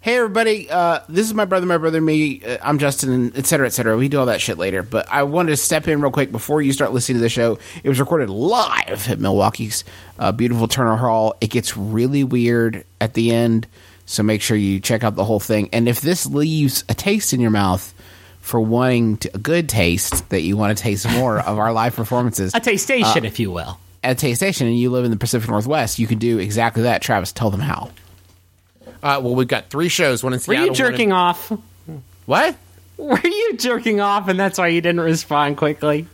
hey everybody, uh, this is my brother, my brother, me. Uh, I'm Justin, and et cetera, et cetera. We do all that shit later, but I wanted to step in real quick before you start listening to the show. It was recorded live at Milwaukee's uh, beautiful Turner Hall. It gets really weird at the end, so make sure you check out the whole thing. And if this leaves a taste in your mouth for wanting to, a good taste that you want to taste more of our live performances, A tastation, if you will. at Taste Station and you live in the Pacific Northwest, you can do exactly that. Travis, tell them how. Uh, well, we've got three shows. One in Were Seattle. you jerking off? What? Were you jerking off, and that's why you didn't respond quickly?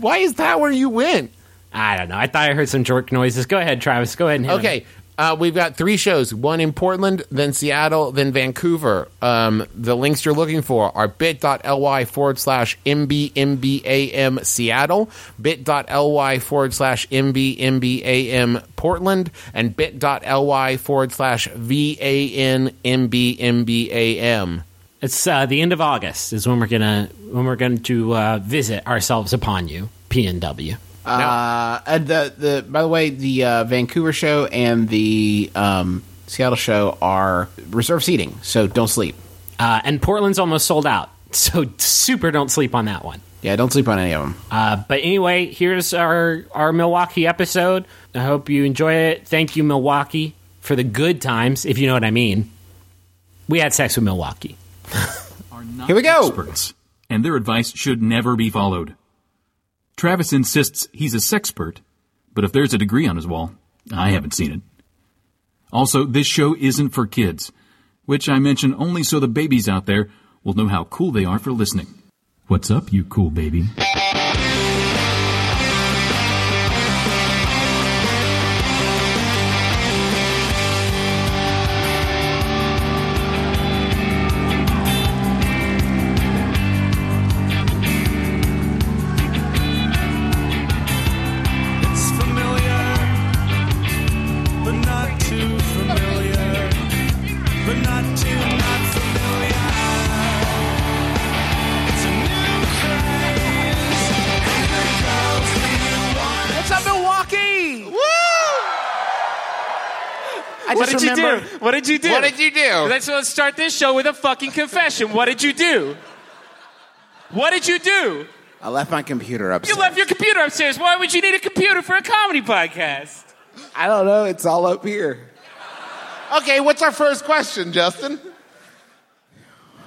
Why is that where you went? I don't know. I thought I heard some jerk noises. Go ahead, Travis. Go ahead and hit him. Okay. Uh, we've got three shows one in Portland, then Seattle, then Vancouver. Um, the links you're looking for are bit.ly forward slash MBMBAM Seattle, bit.ly forward slash MBMBAM Portland, and bit.ly forward slash VANMBMBAM. It's uh, the end of August is when we're gonna when we're going to uh, visit ourselves upon you, PNW. Uh, and the the by the way, the uh, Vancouver show and the um, Seattle show are reserve seating, so don't sleep. Uh, and Portland's almost sold out, so super don't sleep on that one. Yeah, don't sleep on any of them. Uh, but anyway, here's our our Milwaukee episode. I hope you enjoy it. Thank you, Milwaukee, for the good times, if you know what I mean. We had sex with Milwaukee. Here we go. experts, and their advice should never be followed. Travis insists he's a sexpert, but if there's a degree on his wall, I haven't seen it. Also, this show isn't for kids, which I mention only so the babies out there will know how cool they are for listening. What's up, you cool baby? It's familiar, but not too familiar, but not too not familiar. It's a new craze, and it goes in one. What's up, Milwaukee? Woo! I What just did you do? remember- What did you do? What did you do? Let's, let's start this show with a fucking confession. What did you do? What did you do? I left my computer You upstairs. left your computer upstairs. Why would you need a computer for a comedy podcast? I don't know. It's all up here. Okay, what's our first question, Justin?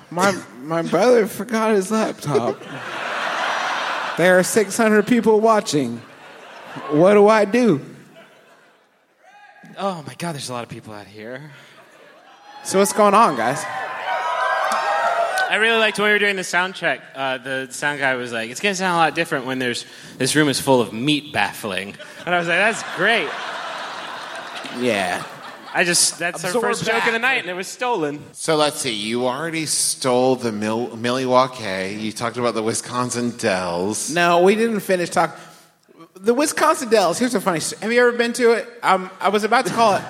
My my brother forgot his laptop. there are 600 people watching. What do I do? Oh my God, there's a lot of people out here. So what's going on, guys? I really liked when we were doing the sound check. Uh, the sound guy was like, "It's gonna sound a lot different when there's this room is full of meat baffling," and I was like, "That's great." Yeah. I just that's Absorb our first joke of the baffling. night, and it was stolen. So let's see. You already stole the Mil- Milwaukee. You talked about the Wisconsin Dells. No, we didn't finish talking. The Wisconsin Dells. Here's a funny. Story. Have you ever been to it? Um, I was about to call it.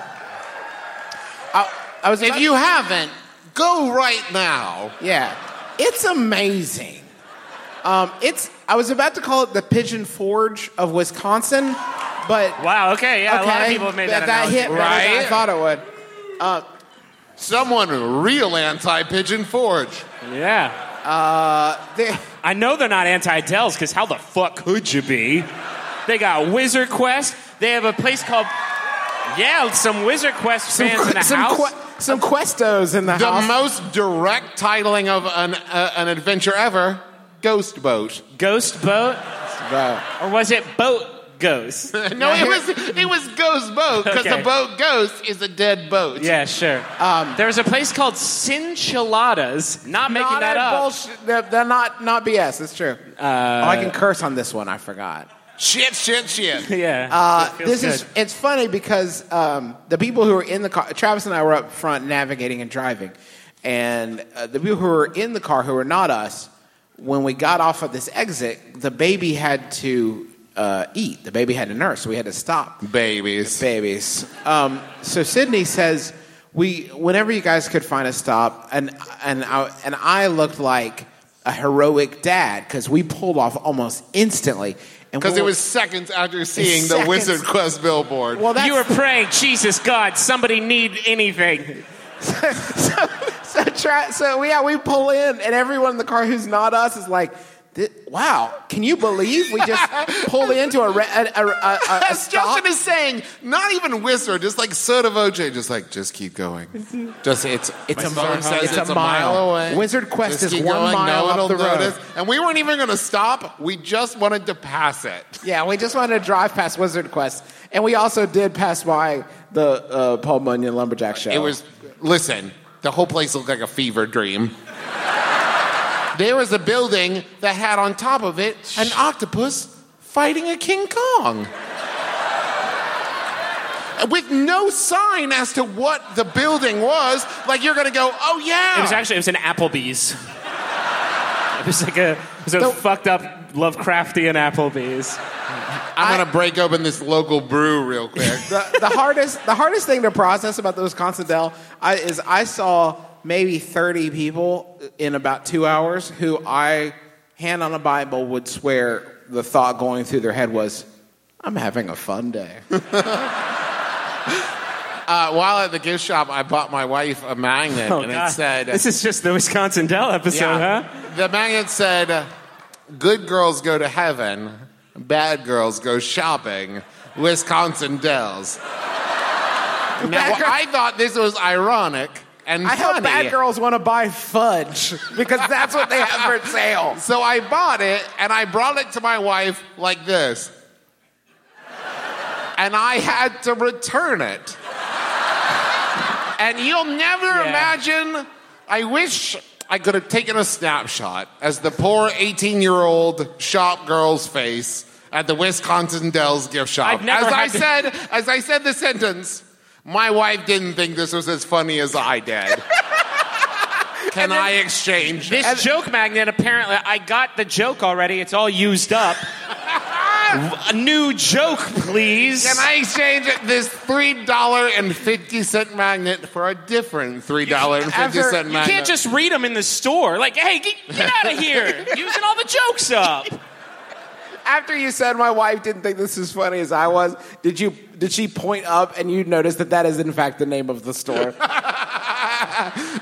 I, I was. If about- you haven't, go right now. yeah, it's amazing. Um, it's. I was about to call it the Pigeon Forge of Wisconsin, but Wow. Okay. Yeah. A lot of okay, people have made that, that, that analogy. hit better than I Right? thought it would. Someone real anti Pigeon Forge. Yeah. They- I know they're not anti Dells because how the fuck could you be? They got Wizard Quest. They have a place called yeah, some Wizard Quest fans in the some house. que- some questos in the, The house. most direct titling of an, uh, an adventure ever Ghost Boat. Ghost boat, Bro. or was it boat ghost? No, it was it was Ghost Boat because Okay. the boat Ghost is a dead boat. yeah, sure. Um, There's a place called Cinchiladas. Not making not that a up. Uh, bullshit. They're, they're not not BS. It's true. oh, I can curse on this one. I forgot. Shit, shit, shit. yeah. Uh, it feels this good. is it's funny because um, the people who were in the car, Travis and I were up front navigating and driving, and uh, the people who were in the car who were not us, when we got off of this exit, the baby had to uh, eat. The baby had to nurse, so we had to stop Babies. babies. Um, so Sydney says we whenever you guys could find a stop, and and I, and I looked like a heroic dad because we pulled off almost instantly. and Because we it were- was seconds after seeing Seconds. the Wizard Quest billboard. well, that's you were praying, Jesus God, somebody need anything. so, try. So yeah, we pull in, and everyone in the car who's not us is like, "Thi- "Wow, can you believe we just pulled into a re- a, a, a, a, a As stop?" Justin is saying, not even whisper, just like Soda OJ, just like just keep going. Just it's it's a mile. Says it's, a mile, away. Wizard Quest Just is keep one going. mile no up one will the road. notice. and we weren't even going to stop. We just wanted to pass it. Yeah, we just wanted to drive past Wizard Quest, and we also did pass by the uh, Paul Bunyan Lumberjack show. It was listen. The whole place looked like a fever dream. there was a building that had on top of it an octopus fighting a King Kong. With no sign as to what the building was, like you're gonna go, oh yeah. It Ah. was actually it was an Applebee's. it was like a it was a fucked up Lovecraftian Applebee's. I'm gonna break open this local brew real quick. the, the hardest the hardest thing to process about the Wisconsin Dell I, is I saw maybe 30 people in about two hours who I hand on a Bible would swear the thought going through their head was, "I'm having a fun day." uh, while at the gift shop, I bought my wife a magnet, Oh, and it said, "This is just the Wisconsin Dell episode, Yeah. huh?" The magnet said, Good girls go to heaven, bad girls go shopping, Wisconsin Dells. now, Bad girl- I thought this was ironic and I hope funny. bad girls want to buy fudge because that's what they have for sale. So I bought it and I brought it to my wife like this. And I had to return it. And you'll never imagine. I wish I could have taken a snapshot as the poor 18 year old shop girl's face at the Wisconsin Dells gift shop. I've never as I had to- said, as I said the sentence, my wife didn't think this was as funny as I did. Can I exchange This joke magnet apparently I got the joke already. It's all used up. a new joke, please. Can I exchange this three dollar and fifty cent magnet for a different three dollar and fifty After- cent you magnet? You can't just read them in the store. Like, hey, get, get out of here. Using all the jokes up. After you said my wife didn't think this was funny as I was, did you did she point up and you noticed that that is in fact the name of the store?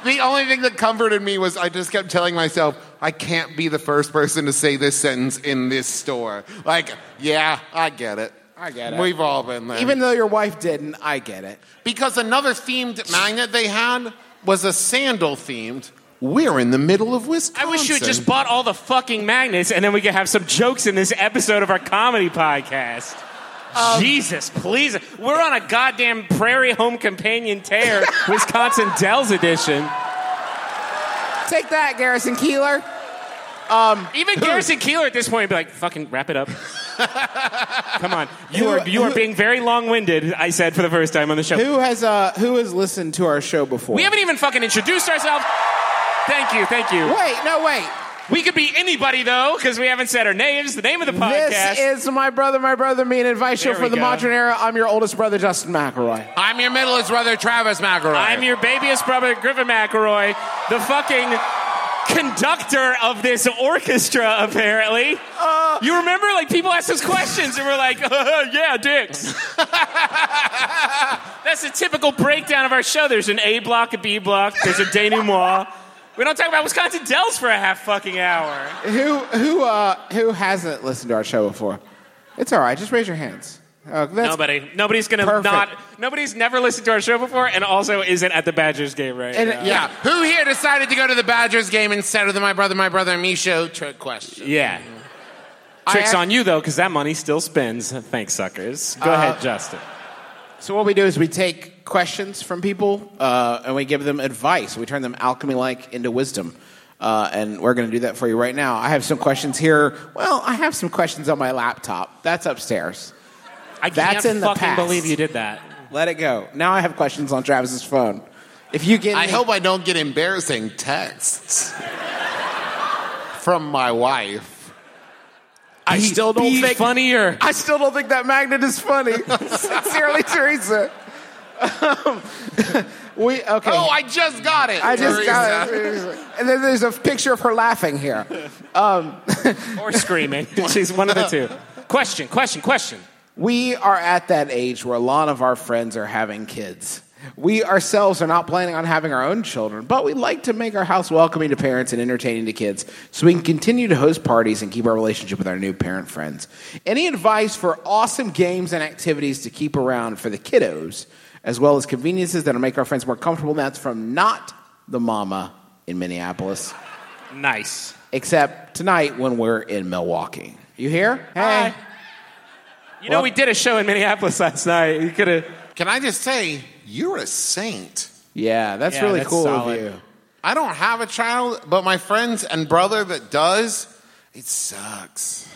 the only thing that comforted me was I just kept telling myself I can't be the first person to say this sentence in this store. Like, yeah, I get it. I get it. We've all been there. Even though your wife didn't, I get it. because another themed magnet they had was a sandal themed. We're in the middle of I Wisconsin. wish you had just bought all the fucking magnets and then we could have some jokes in this episode of our comedy podcast. Um, Jesus, please. We're on a goddamn Prairie Home Companion tear, Wisconsin Dells edition. Take that, Garrison Keeler. Even Garrison Keeler at this point would be like, fucking wrap it up. Come on. You are you are being very long winded, I said for the first time on the show. Who has uh who has listened to our show before? We haven't even fucking introduced ourselves. Thank you, thank you. Wait, no, wait. We could be anybody though, because we haven't said our names, the name of the podcast. This is my brother, my brother, me, an advice show There for we the go. modern era. I'm your oldest brother, Justin McElroy. I'm your middleest brother, Travis McElroy. I'm your babyest brother, Griffin McElroy, the fucking conductor of this orchestra, apparently. Uh. you remember, like, people asked us questions and we're like, "Uh, yeah, dicks. That's the typical breakdown of our show. There's an A block, a B block, there's a denouement. We don't talk about Wisconsin Dells for a half fucking hour. Who who uh who hasn't listened to our show before? It's all right. Just raise your hands. Uh, that's Nobody. Nobody's gonna Perfect. not. Nobody's never listened to our show before, and also isn't at the Badgers game right And- uh, now. Yeah. Who here decided to go to the Badgers game instead of the My Brother, My Brother and Me show? Trick question. Yeah. Tricks act- on you though, because that money still spins. Thanks, suckers. Go ahead, Justin. So what we do is we take questions from people uh, and we give them advice. We turn them alchemy-like into wisdom. Uh, and we're going to do that for you right now. I have some questions here. Well, I have some questions on my laptop. That's upstairs. I can't That's in the fucking past. believe you did that. Let it go. Now I have questions on Travis's phone. If you get, I any- hope I don't get embarrassing texts from my wife. I still don't be think funnier. I still don't think that magnet is funny. Sincerely, Teresa. Um, we okay. Oh, I just got it. I just got Teresa. it. And then there's a picture of her laughing here. Um, Or screaming. She's one of the two. Question, question, question. we are at that age where a lot of our friends are having kids. We ourselves are not planning on having our own children, but we'd like to make our house welcoming to parents and entertaining to kids so we can continue to host parties and keep our relationship with our new parent friends. Any advice for awesome games and activities to keep around for the kiddos, as well as conveniences that'll make our friends more comfortable? That's from not the mama in Minneapolis, Nice. except tonight when we're in Milwaukee. You here? Hi. You know, we did a show in Minneapolis last night. You could have. Can I just say, you're a saint. Yeah, that's Yeah, really that's cool solid. of you. I don't have a child, but my friends and brother that does, it sucks.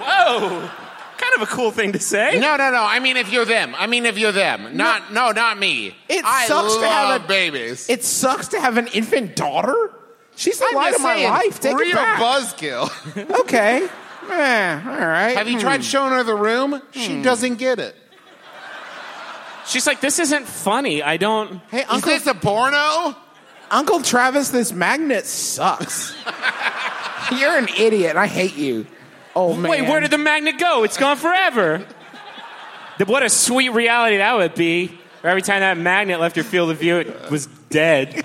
Whoa! Kind of a cool thing to say. No, no, no. I mean, if you're them. I mean, if you're them. Not, no, not me. It I sucks love to have a- babies. It sucks to have an infant daughter. She's the I'm light just of my saying, life. Take real it back. buzzkill. okay. Eh, all right. have you Hmm. tried showing her the room? Hmm. She doesn't get it. She's like, this isn't funny. I don't. Hey, Is Uncle this a porno? Uncle Travis, this magnet sucks. You're an idiot. I hate you. Oh man. Wait, where did the magnet go? It's gone forever. Th- what a sweet reality that would be. Or every time that magnet left your field of view, it was dead.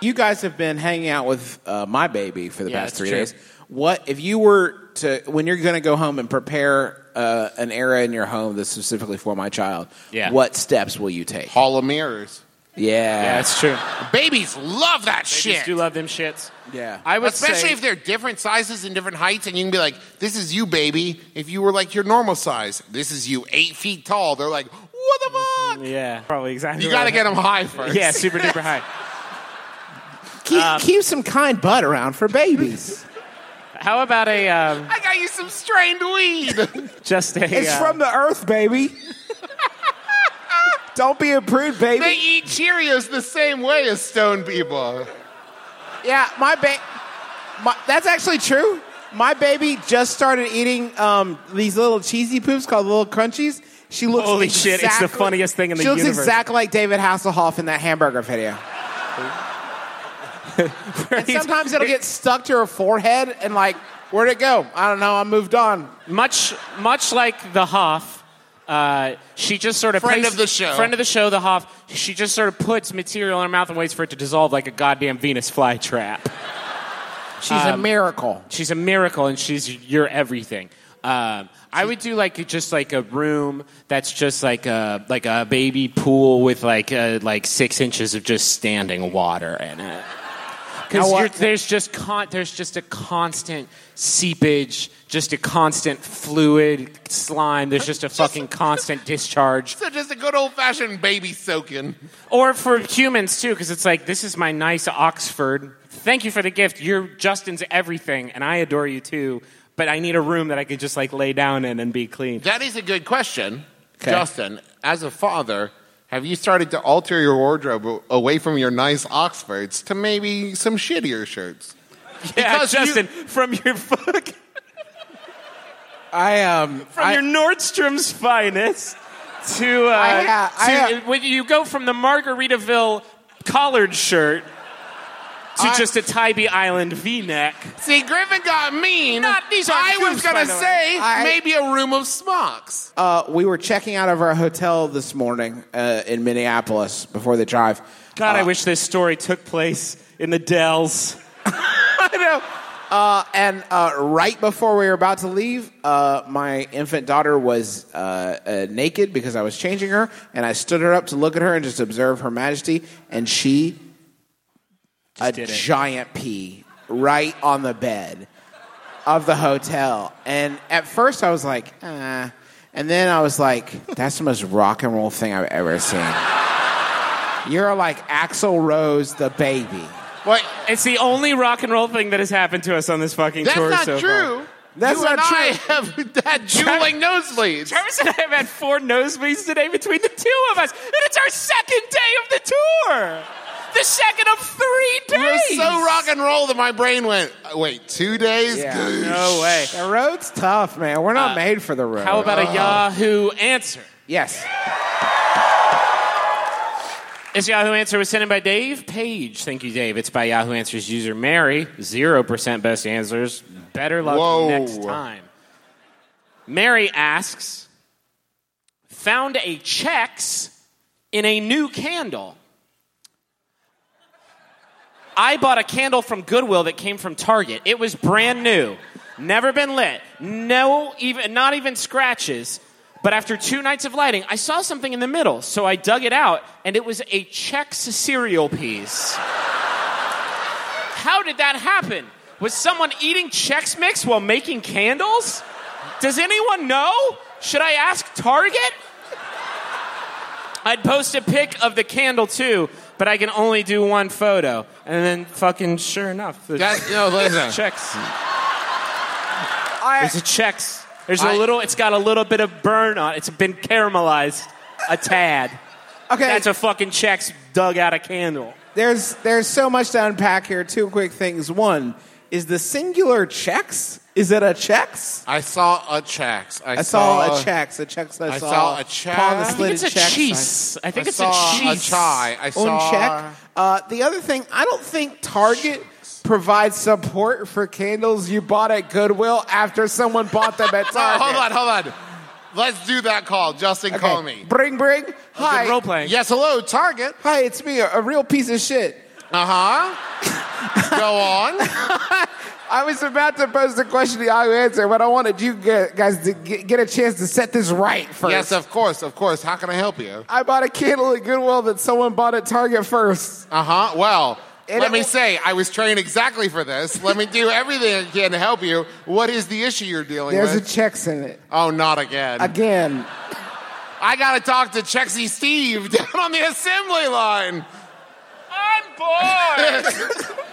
you guys have been hanging out with uh, my baby for the Yeah, past that's three true. days? What if you were to when you're going to go home and prepare uh, an era in your home that's specifically for my child? Yeah. What steps will you take? Hall of Mirrors. Yeah. That's true. Babies love that Babies shit. do love them shits. Yeah. I would Especially say- if they're different sizes and different heights, and you can be like, "This is you, baby." If you were like your normal size, this is you, eight feet tall. They're like, "What the fuck?" Yeah, probably exactly. You got to right. get them high first. Yeah, super duper high. keep, keep some kind butt around for babies. How about a um, I got you some strained weed. just a? It's uh, from the earth, baby. Don't be a prude, baby. they eat Cheerios the same way as stone people. yeah, my baby. My, that's actually true. My baby just started eating um, these little cheesy poops called little crunchies. She looks Holy exactly, shit, it's the funniest thing in the She looks universe. exactly like David Hasselhoff in that hamburger video. uh, and sometimes it'll get stuck to her forehead and like, where'd it go? I don't know. I moved on. much much like the Hoff, uh, she just sort of Friend places- of the show. friend of the show, the Hoff. She just sort of puts material in her mouth and waits for it to dissolve like a goddamn Venus flytrap. She's Um, a miracle. She's a miracle, and she's your everything. Um, I would do like just like a room that's just like a like a baby pool with like uh like six inches of just standing water in it. Now what- Because there's just con- there's just a constant seepage, just a constant fluid slime. There's just a fucking constant discharge. So just a good old fashioned baby soaking. Or for humans too, because it's like this is my nice Oxford. Thank you for the gift. You're Justin's everything, and I adore you too. But I need a room that I could just like lay down in and be clean. That is a good question, 'Kay. Justin. As a father, have you started to alter your wardrobe away from your nice Oxfords to maybe some shittier shirts? Yeah, Because you- Justin, from your fuck, I um. from your Nordstrom's finest to uh, I ha- I to- ha- when you go from the Margaritaville collared shirt to I- just a Tybee Island V-neck. See, Griffin got mean. Not- these aren't I was groups, gonna by the way. say I- maybe a room of smocks. Uh, we were checking out of our hotel this morning uh, in Minneapolis before the drive. God, Uh, I wish this story took place in the Dells. I know. Uh, and uh, right before we were about to leave, uh, my infant daughter was uh, uh, naked because I was changing her, and I stood her up to look at her and just observe her majesty, and she a did it. giant pee right on the bed of the hotel. And at first, I was like, ah. and then I was like, that's the most rock and roll thing I've ever seen. You're like Axl Rose, the baby. What? It's the only rock and roll thing that has happened to us on this fucking That's tour not so true. far. That's you not and true. I have that dueling nosebleeds. Travis and I have had four nosebleeds today between the two of us, and it's our second day of the tour. The second of three You're days. so rock and roll that my brain went. Wait, two days? Yeah. No way. The road's tough, man. We're not made for the road. How about a Yahoo answer? yes? This Yahoo answer was sent in by Dave Page. Thank you, Dave. It's by Yahoo Answers user Mary. Zero percent best answers. Better luck Whoa. next time. Mary asks, found a checks in a new candle. I bought a candle from Goodwill that came from Target. It was brand new, never been lit, no even not even scratches. But after two nights of lighting, I saw something in the middle, so I dug it out, and it was a Chex cereal piece. How did that happen? Was someone eating Chex Mix while making candles? Does anyone know? Should I ask Target? I'd post a pic of the candle too, but I can only do one photo. And then fucking sure enough, there's That, no, listen. checks. I- There's a checks. There's a I- little. It's got a little bit of burn on. it. It's been caramelized a tad. Okay, That's a fucking checks dug out a candle. there's there's so much to unpack here. Two quick things. One is the singular checks. Is it a checks? I saw a checks. I, I saw a checks. A checks. I, I saw, saw a check. Paul and I the think Slit it's is a checks. cheese. I think I it's saw a cheese. chai. I own saw. check. Uh, the other thing, I don't think Target provides support for candles you bought at Goodwill after someone bought them at Oh, Target. hold on, hold on. Let's do that call. Justin, Okay. call me. Bring, bring. Hi. Good role playing. Yes, hello, Target. Hi, it's me, a, a real piece of shit. Uh huh. Go on. I was about to pose the question that I answered, but I wanted you gu- guys to get, get a chance to set this right first. Yes, of course, of course. How can I help you? I bought a candle at Goodwill that someone bought at Target first. Uh huh. Well, And let it- me say, I was trained exactly for this. Let me do everything I can to help you. What is the issue you're dealing There's a with? checks in it. oh, not again. Again. uh, I gotta talk to Chexy Steve down on the assembly line. I'm bored.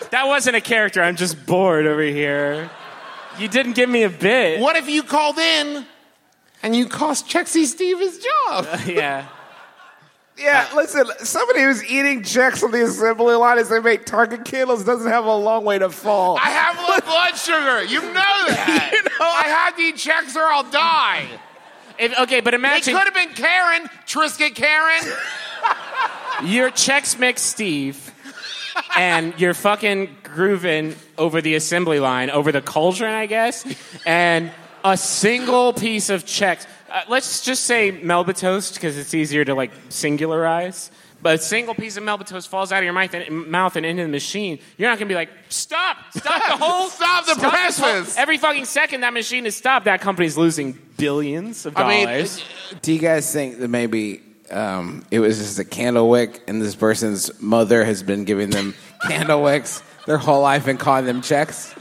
that wasn't a character. I'm just bored over here. You didn't give me a bit. What if you called in and you cost Chexy Steve his job? Yeah. Yeah, listen, somebody who's eating checks on the assembly line as they make Target candles doesn't have a long way to fall. I have low blood sugar. You know that. You know- I have these checks or I'll die. If, okay, but It imagine could have been Karen, Trisket Karen. You're Chex Mix Steve, and you're fucking grooving over the assembly line, over the cauldron, I guess, and a single piece of Chex. Uh, let's just say Melba toast because it's easier to like singularize. But a single piece of Melba toast falls out of your mouth and, mouth and into the machine. You're not gonna be like, stop, stop the whole, Stop the this whole-" presses. Every fucking second that machine is stopped, that company's losing billions of dollars. I mean, uh, Do you guys think that maybe um, it was just a candle wick and this person's mother has been giving them candle wicks their whole life and calling them checks?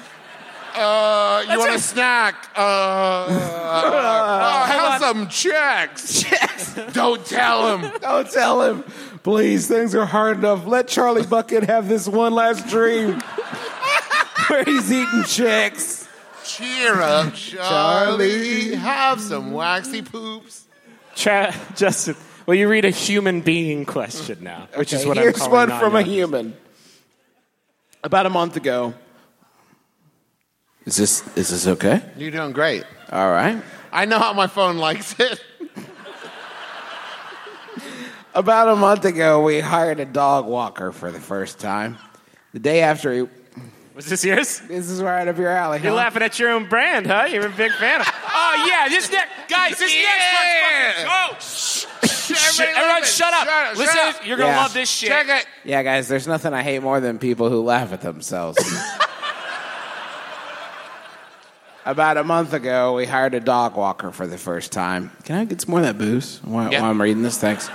Uh, you want a snack? Uh, uh, have some checks. Don't tell him. Don't tell him. Please, things are hard enough. Let Charlie Bucket have this one last dream where he's eating checks. Cheer up, Charlie. Have some waxy poops. Tra- Justin, will you read a human being question now? Which is what Here's I'm calling one from a non-nonsense. human. About a month ago. Is this is this okay? You're doing great. All right. I know how my phone likes it. About a month ago, we hired a dog walker for the first time. The day after, he, Was this yours? this is right up your alley. You're huh? laughing at your own brand, huh? You're a big fan of. Oh yeah, this next guys, this next Yeah. one's fucking. Oh, shh, shh, Everybody everyone, listen. shut up! Shut up, Listen, shut up. you're gonna Yeah. love this shit. Check it. Yeah, guys, there's nothing I hate more than people who laugh at themselves. About a month ago, we hired a dog walker for the first time. Can I get some more of that booze while, Yeah. while I'm reading this? Thanks.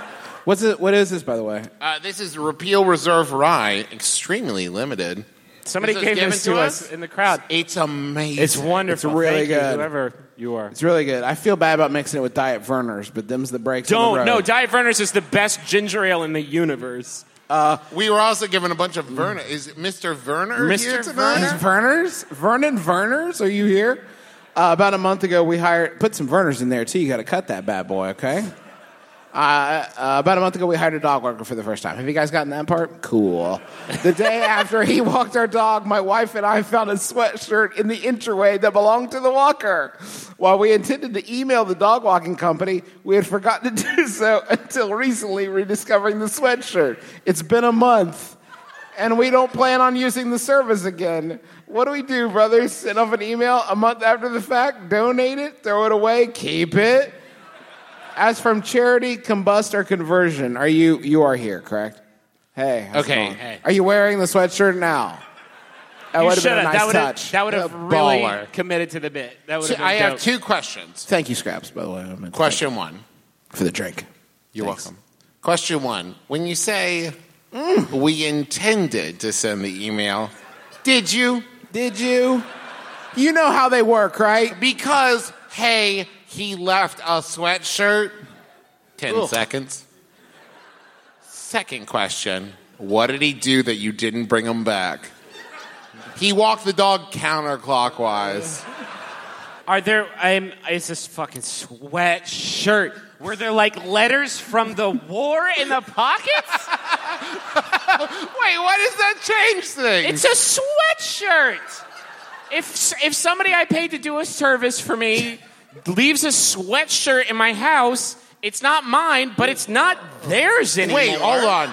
What's it, what is this, by the way? Uh, this is Repeal Reserve Rye, extremely limited. Somebody Is this gave given this to to us? us in the crowd. It's amazing. It's wonderful. It's really Thank you, good. whoever you are. It's really good. I feel bad about mixing it with Diet Verner's, but them's the breaks. on the Don't road. no. Diet Verner's is the best ginger ale in the universe. we were also given a bunch of Verner. Is it Mr. Verner here Mr. tonight? Is Verners? Vernon Verners? Are you here? Uh, about a month ago, we hired, put some Verners in there too. You got to cut that bad boy, okay? Uh, uh, about a month ago, we hired a dog walker for the first time. Have you guys gotten that part? Cool. The day after he walked our dog, my wife and I found a sweatshirt in the entryway that belonged to the walker. While we intended to email the dog walking company, we had forgotten to do so until recently rediscovering the sweatshirt. It's been a month and we don't plan on using the service again. What do we do, brothers? Send off an email a month after the fact, donate it, throw it away, keep it? as from charity, combust, or conversion, are you you are here, correct? Hey. how's it Okay. going? Hey. Are you wearing the sweatshirt now? That You would have been shoulda. a nice that would've- touch. That would have Baller. really committed to the bit. That would have been I have dope. two questions. Thank you, Scraps. By the way, I meant to Question one. thank you for the drink. You're welcome. Question one. When you say we intended to send the email, did you? Did you? You know how they work, right? Because, hey, he left a sweatshirt. 10 seconds. Second question What did he do that you didn't bring him back? He walked the dog counterclockwise. Are there? I'm. It's this fucking sweatshirt. Were there like letters from the war in the pockets? Wait, what does that change It's things? a sweatshirt. If if somebody I paid to do a service for me leaves a sweatshirt in my house, it's not mine, but it's not theirs anymore. Wait, hold on.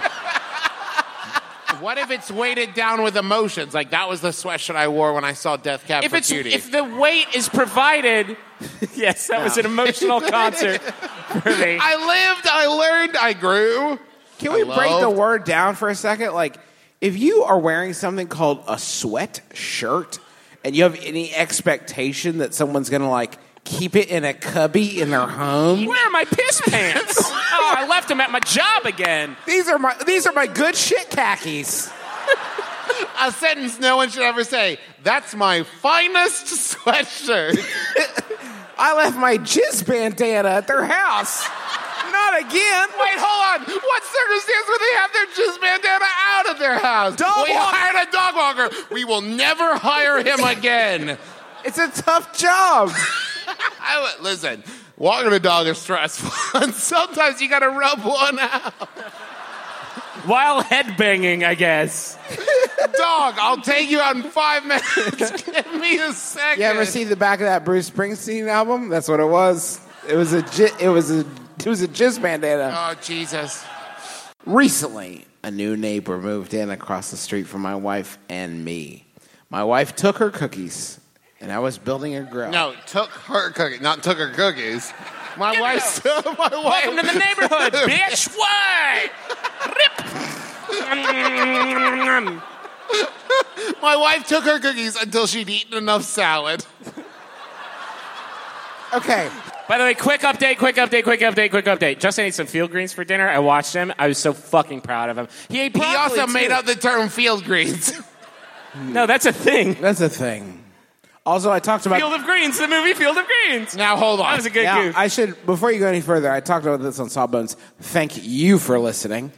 What if it's weighted down with emotions? Like that was the sweatshirt I wore when I saw Death Cab If for it's Cutie. if the weight is provided, yes, that was an emotional concert for me. I lived, I learned, I grew. Can we I break the loved- word down for a second? Like, if you are wearing something called a sweat shirt and you have any expectation that someone's going to, like, keep it in a cubby in their home. Where are my piss pants? oh, I left them at my job again. These are my these are my good shit khakis. A sentence no one should ever say. That's my finest sweatshirt. I left my jizz bandana at their house. Not again. Wait, hold on. What circumstance would they have their jizz bandana out of their house? Dog we walker. hired a dog walker. We will never hire him again. It's a tough job. I would- listen, walking a dog is stressful, and sometimes you gotta rub one out. While headbanging, I guess. Dog, I'll take you out in five minutes. Give me a second. You ever see the back of that Bruce Springsteen album? That's what it was. It was a ji- it was a it was a jizz bandana. Oh Jesus! Recently, a new neighbor moved in across the street from my wife and me. My wife took her cookies, and I was building a grill. No, took her cookies, not took her cookies. My Get wife, my wife. Welcome to the neighborhood, bitch. Why? Rip. My wife took her cookies until she'd eaten enough salad. Okay, By the way, quick update, quick update, quick update, quick update. Justin ate some field greens for dinner. I watched him. I was so fucking proud of him. He ate broccoli he also too. made up the term field greens. No, that's a thing. that's a thing. Also, I talked about Field of Greens, the movie Field of Greens. now hold on. That was a good Yeah, goof. I should, before you go any further, I talked about this on Sawbones. Thank you for listening.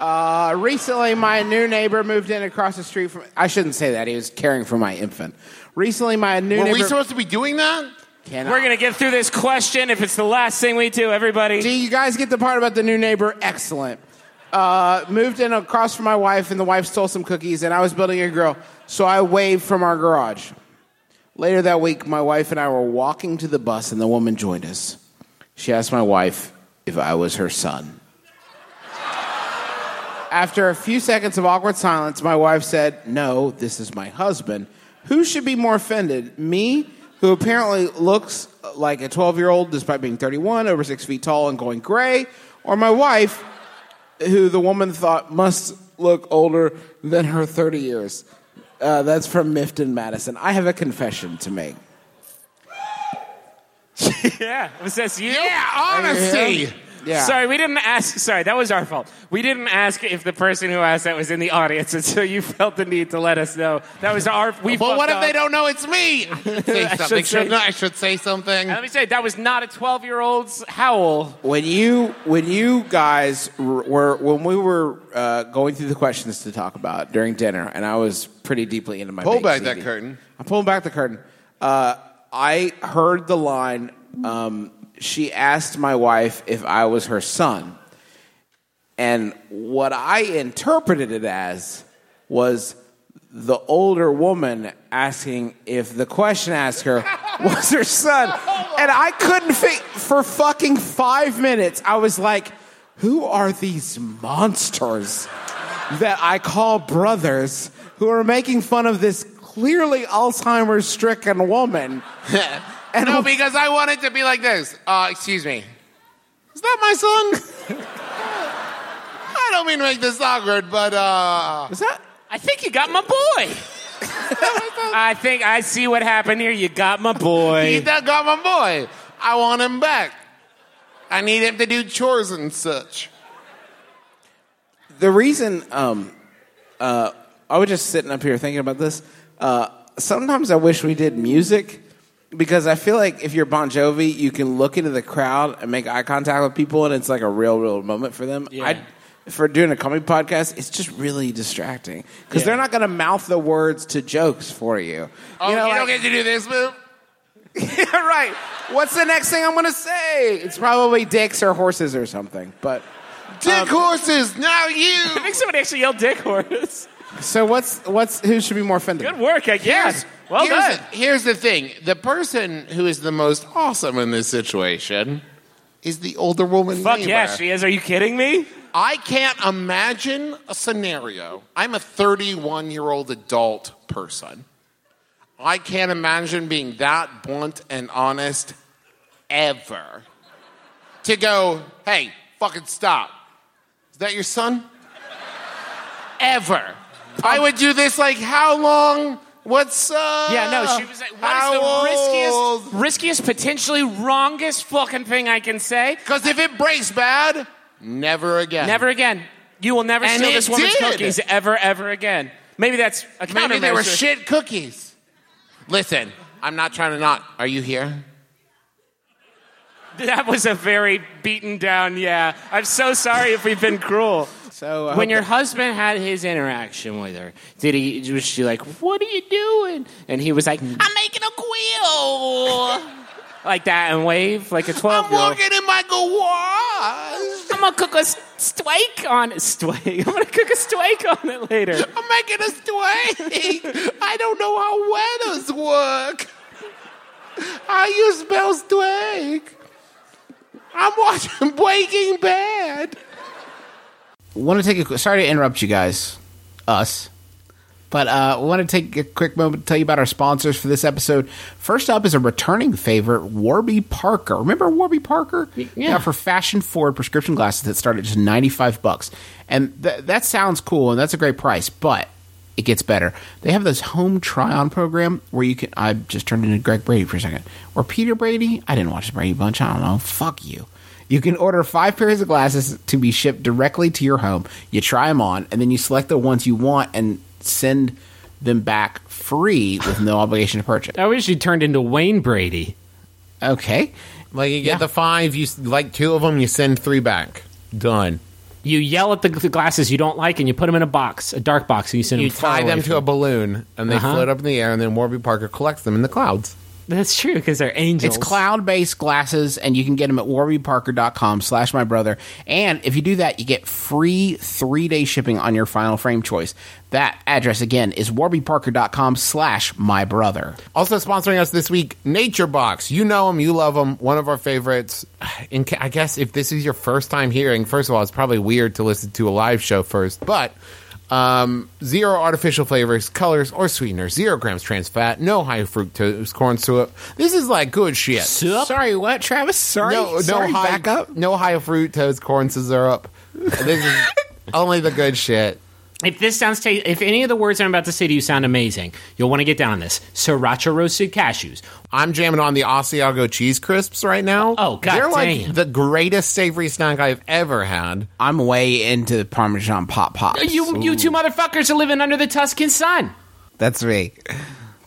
Uh, recently, my new neighbor moved in across the street from. I shouldn't say that. He was caring for my infant. Recently, my new Were neighbor. we supposed to be doing that? Can I- We're gonna get through this question if it's the last thing we do, everybody. Do you guys get the part about the new neighbor? Excellent. Uh, moved in across from my wife, and the wife stole some cookies, and I was building a grill, so I waved from our garage. Later that week, my wife and I were walking to the bus, and the woman joined us. She asked my wife if I was her son. After a few seconds of awkward silence, my wife said, No, this is my husband. Who should be more offended? Me, who apparently looks like a 12 year old despite being 31, over six feet tall, and going gray, or my wife, who the woman thought must look older than her 30 years? Uh, that's from Mifton Madison. I have a confession to make. yeah, was this you? Yeah, honesty. Yeah. Sorry, we didn't ask. Sorry, that was our fault. We didn't ask if the person who asked that was in the audience, and so you felt the need to let us know. That was our. We But what fucked if they up. don't know it's me? I should say I should something. say- Shouldn't I? I should say something. Let me say that was not a twelve-year-old's howl. when you when you guys r- were when we were uh, going through the questions to talk about during dinner, and I was pretty deeply into my Pull baked back that ziti. curtain. I pulled back the curtain. Uh, I heard the line. Um, she asked my wife if I was her son, and what I interpreted it as was the older woman asking if the question asker was her son. And I couldn't fi- for fucking five minutes. I was like, who are these monsters that I call brothers who are making fun of this clearly Alzheimer's stricken woman? no, because I want it to be like this. Uh, excuse me. Is that my son? I don't mean to make this awkward, but uh, Is that? I think you got my boy. I think I see what happened here. You got my he boy. that got my boy. I want him back. I need him to do chores and such. the reason um, uh, I was just sitting up here thinking about this. Uh, sometimes I wish we did music because I feel like if you're Bon Jovi, you can look into the crowd and make eye contact with people, and it's like a real, real moment for them. Yeah. I, for doing a comedy podcast, it's just really distracting because they're not going to mouth the words to jokes for you. Oh, you, know, don't like- get to do this move. yeah, right. What's the next thing I'm going to say? It's probably dicks or horses or something. But Um, Dick horses, now I you. think somebody actually yelled dick horse. so what's what's who should be more offended? Good work, I guess. Well here's done. The, here's the thing: the person who is the most awesome in this situation is the older woman. Fuck neighbor. yeah, she is. Are you kidding me? I can't imagine a scenario. I'm a 31 year old adult person. I can't imagine being that blunt and honest ever. To go, hey, fucking stop. Is that your son? Ever. I would do this like, how long? What's up? Yeah, no, she was like, Uh, How what is old? the riskiest, riskiest, potentially wrongest fucking thing I can say? Because if it breaks bad, never again. Never again. You will never And steal it this woman's did. cookies ever, ever again. Maybe that's a Maybe they were countermeasure. shit cookies. Listen, I'm not trying to not. Are you here? That was a very beaten down, yeah. I'm so sorry if we've been cruel. So I when hope your husband had his interaction with her, did he was she like, "What are you doing?" And he was like, "I'm making a quill." like that and wave like a 12 I'm year old. working in my garage. I'm gonna cook a s- steak on it. Steak. I'm gonna cook a steak on it later. I'm making a steak. I don't know how wetters work. How you spell steak? I'm watching Breaking Bad. want to take a qu- sorry to interrupt you guys, us, but uh, want to take a quick moment to tell you about our sponsors for this episode. First up is a returning favorite, Warby Parker. Remember Warby Parker? Yeah, for fashion forward prescription glasses that start at just ninety five bucks, and th- that sounds cool and that's a great price, but. It gets better. They have this home try on program where you can. I just turned into Greg Brady for a second. Or Peter Brady. I didn't watch the Brady Bunch. I don't know. Fuck you. You can order five pairs of glasses to be shipped directly to your home. You try them on, and then you select the ones you want and send them back free with no obligation to purchase. I wish you turned into Wayne Brady. Okay. Like you get the five, you s- like two of them, you send three back. Done. You yell at the, the glasses you don't like, and you put them in a box, a dark box, and you send You them. far tie away them to a from- balloon, and they Uh-huh. float up in the air, and then Warby Parker collects them in the clouds. That's true because they're angels. It's cloud-based glasses, and you can get them at warbyparker.com slash my brother. And if you do that, you get free three-day shipping on your final frame choice. That address, again, is warbyparker.com slash my brother. Also sponsoring us this week, Nature Box. You know them, you love them. One of our favorites. In ca- I guess if this is your first time hearing, first of all, it's probably weird to listen to a live show first, but um, zero artificial flavors, colors, or sweeteners. Zero grams trans fat. No high fructose corn syrup. This is like good shit. Sorry, what, Travis? Sorry, no, sorry, no high, back up. No high fructose corn syrup. This is only the good shit. If this sounds, ta- if any of the words I'm about to say to you sound amazing, you'll want to get down on this. Sriracha roasted cashews. I'm jamming on the Asiago cheese crisps right now. Oh, God They're like damn. the greatest savory snack I've ever had. Ah. I'm way into the Parmesan Pop Pops. You, you two motherfuckers are living under the Tuscan sun. That's me.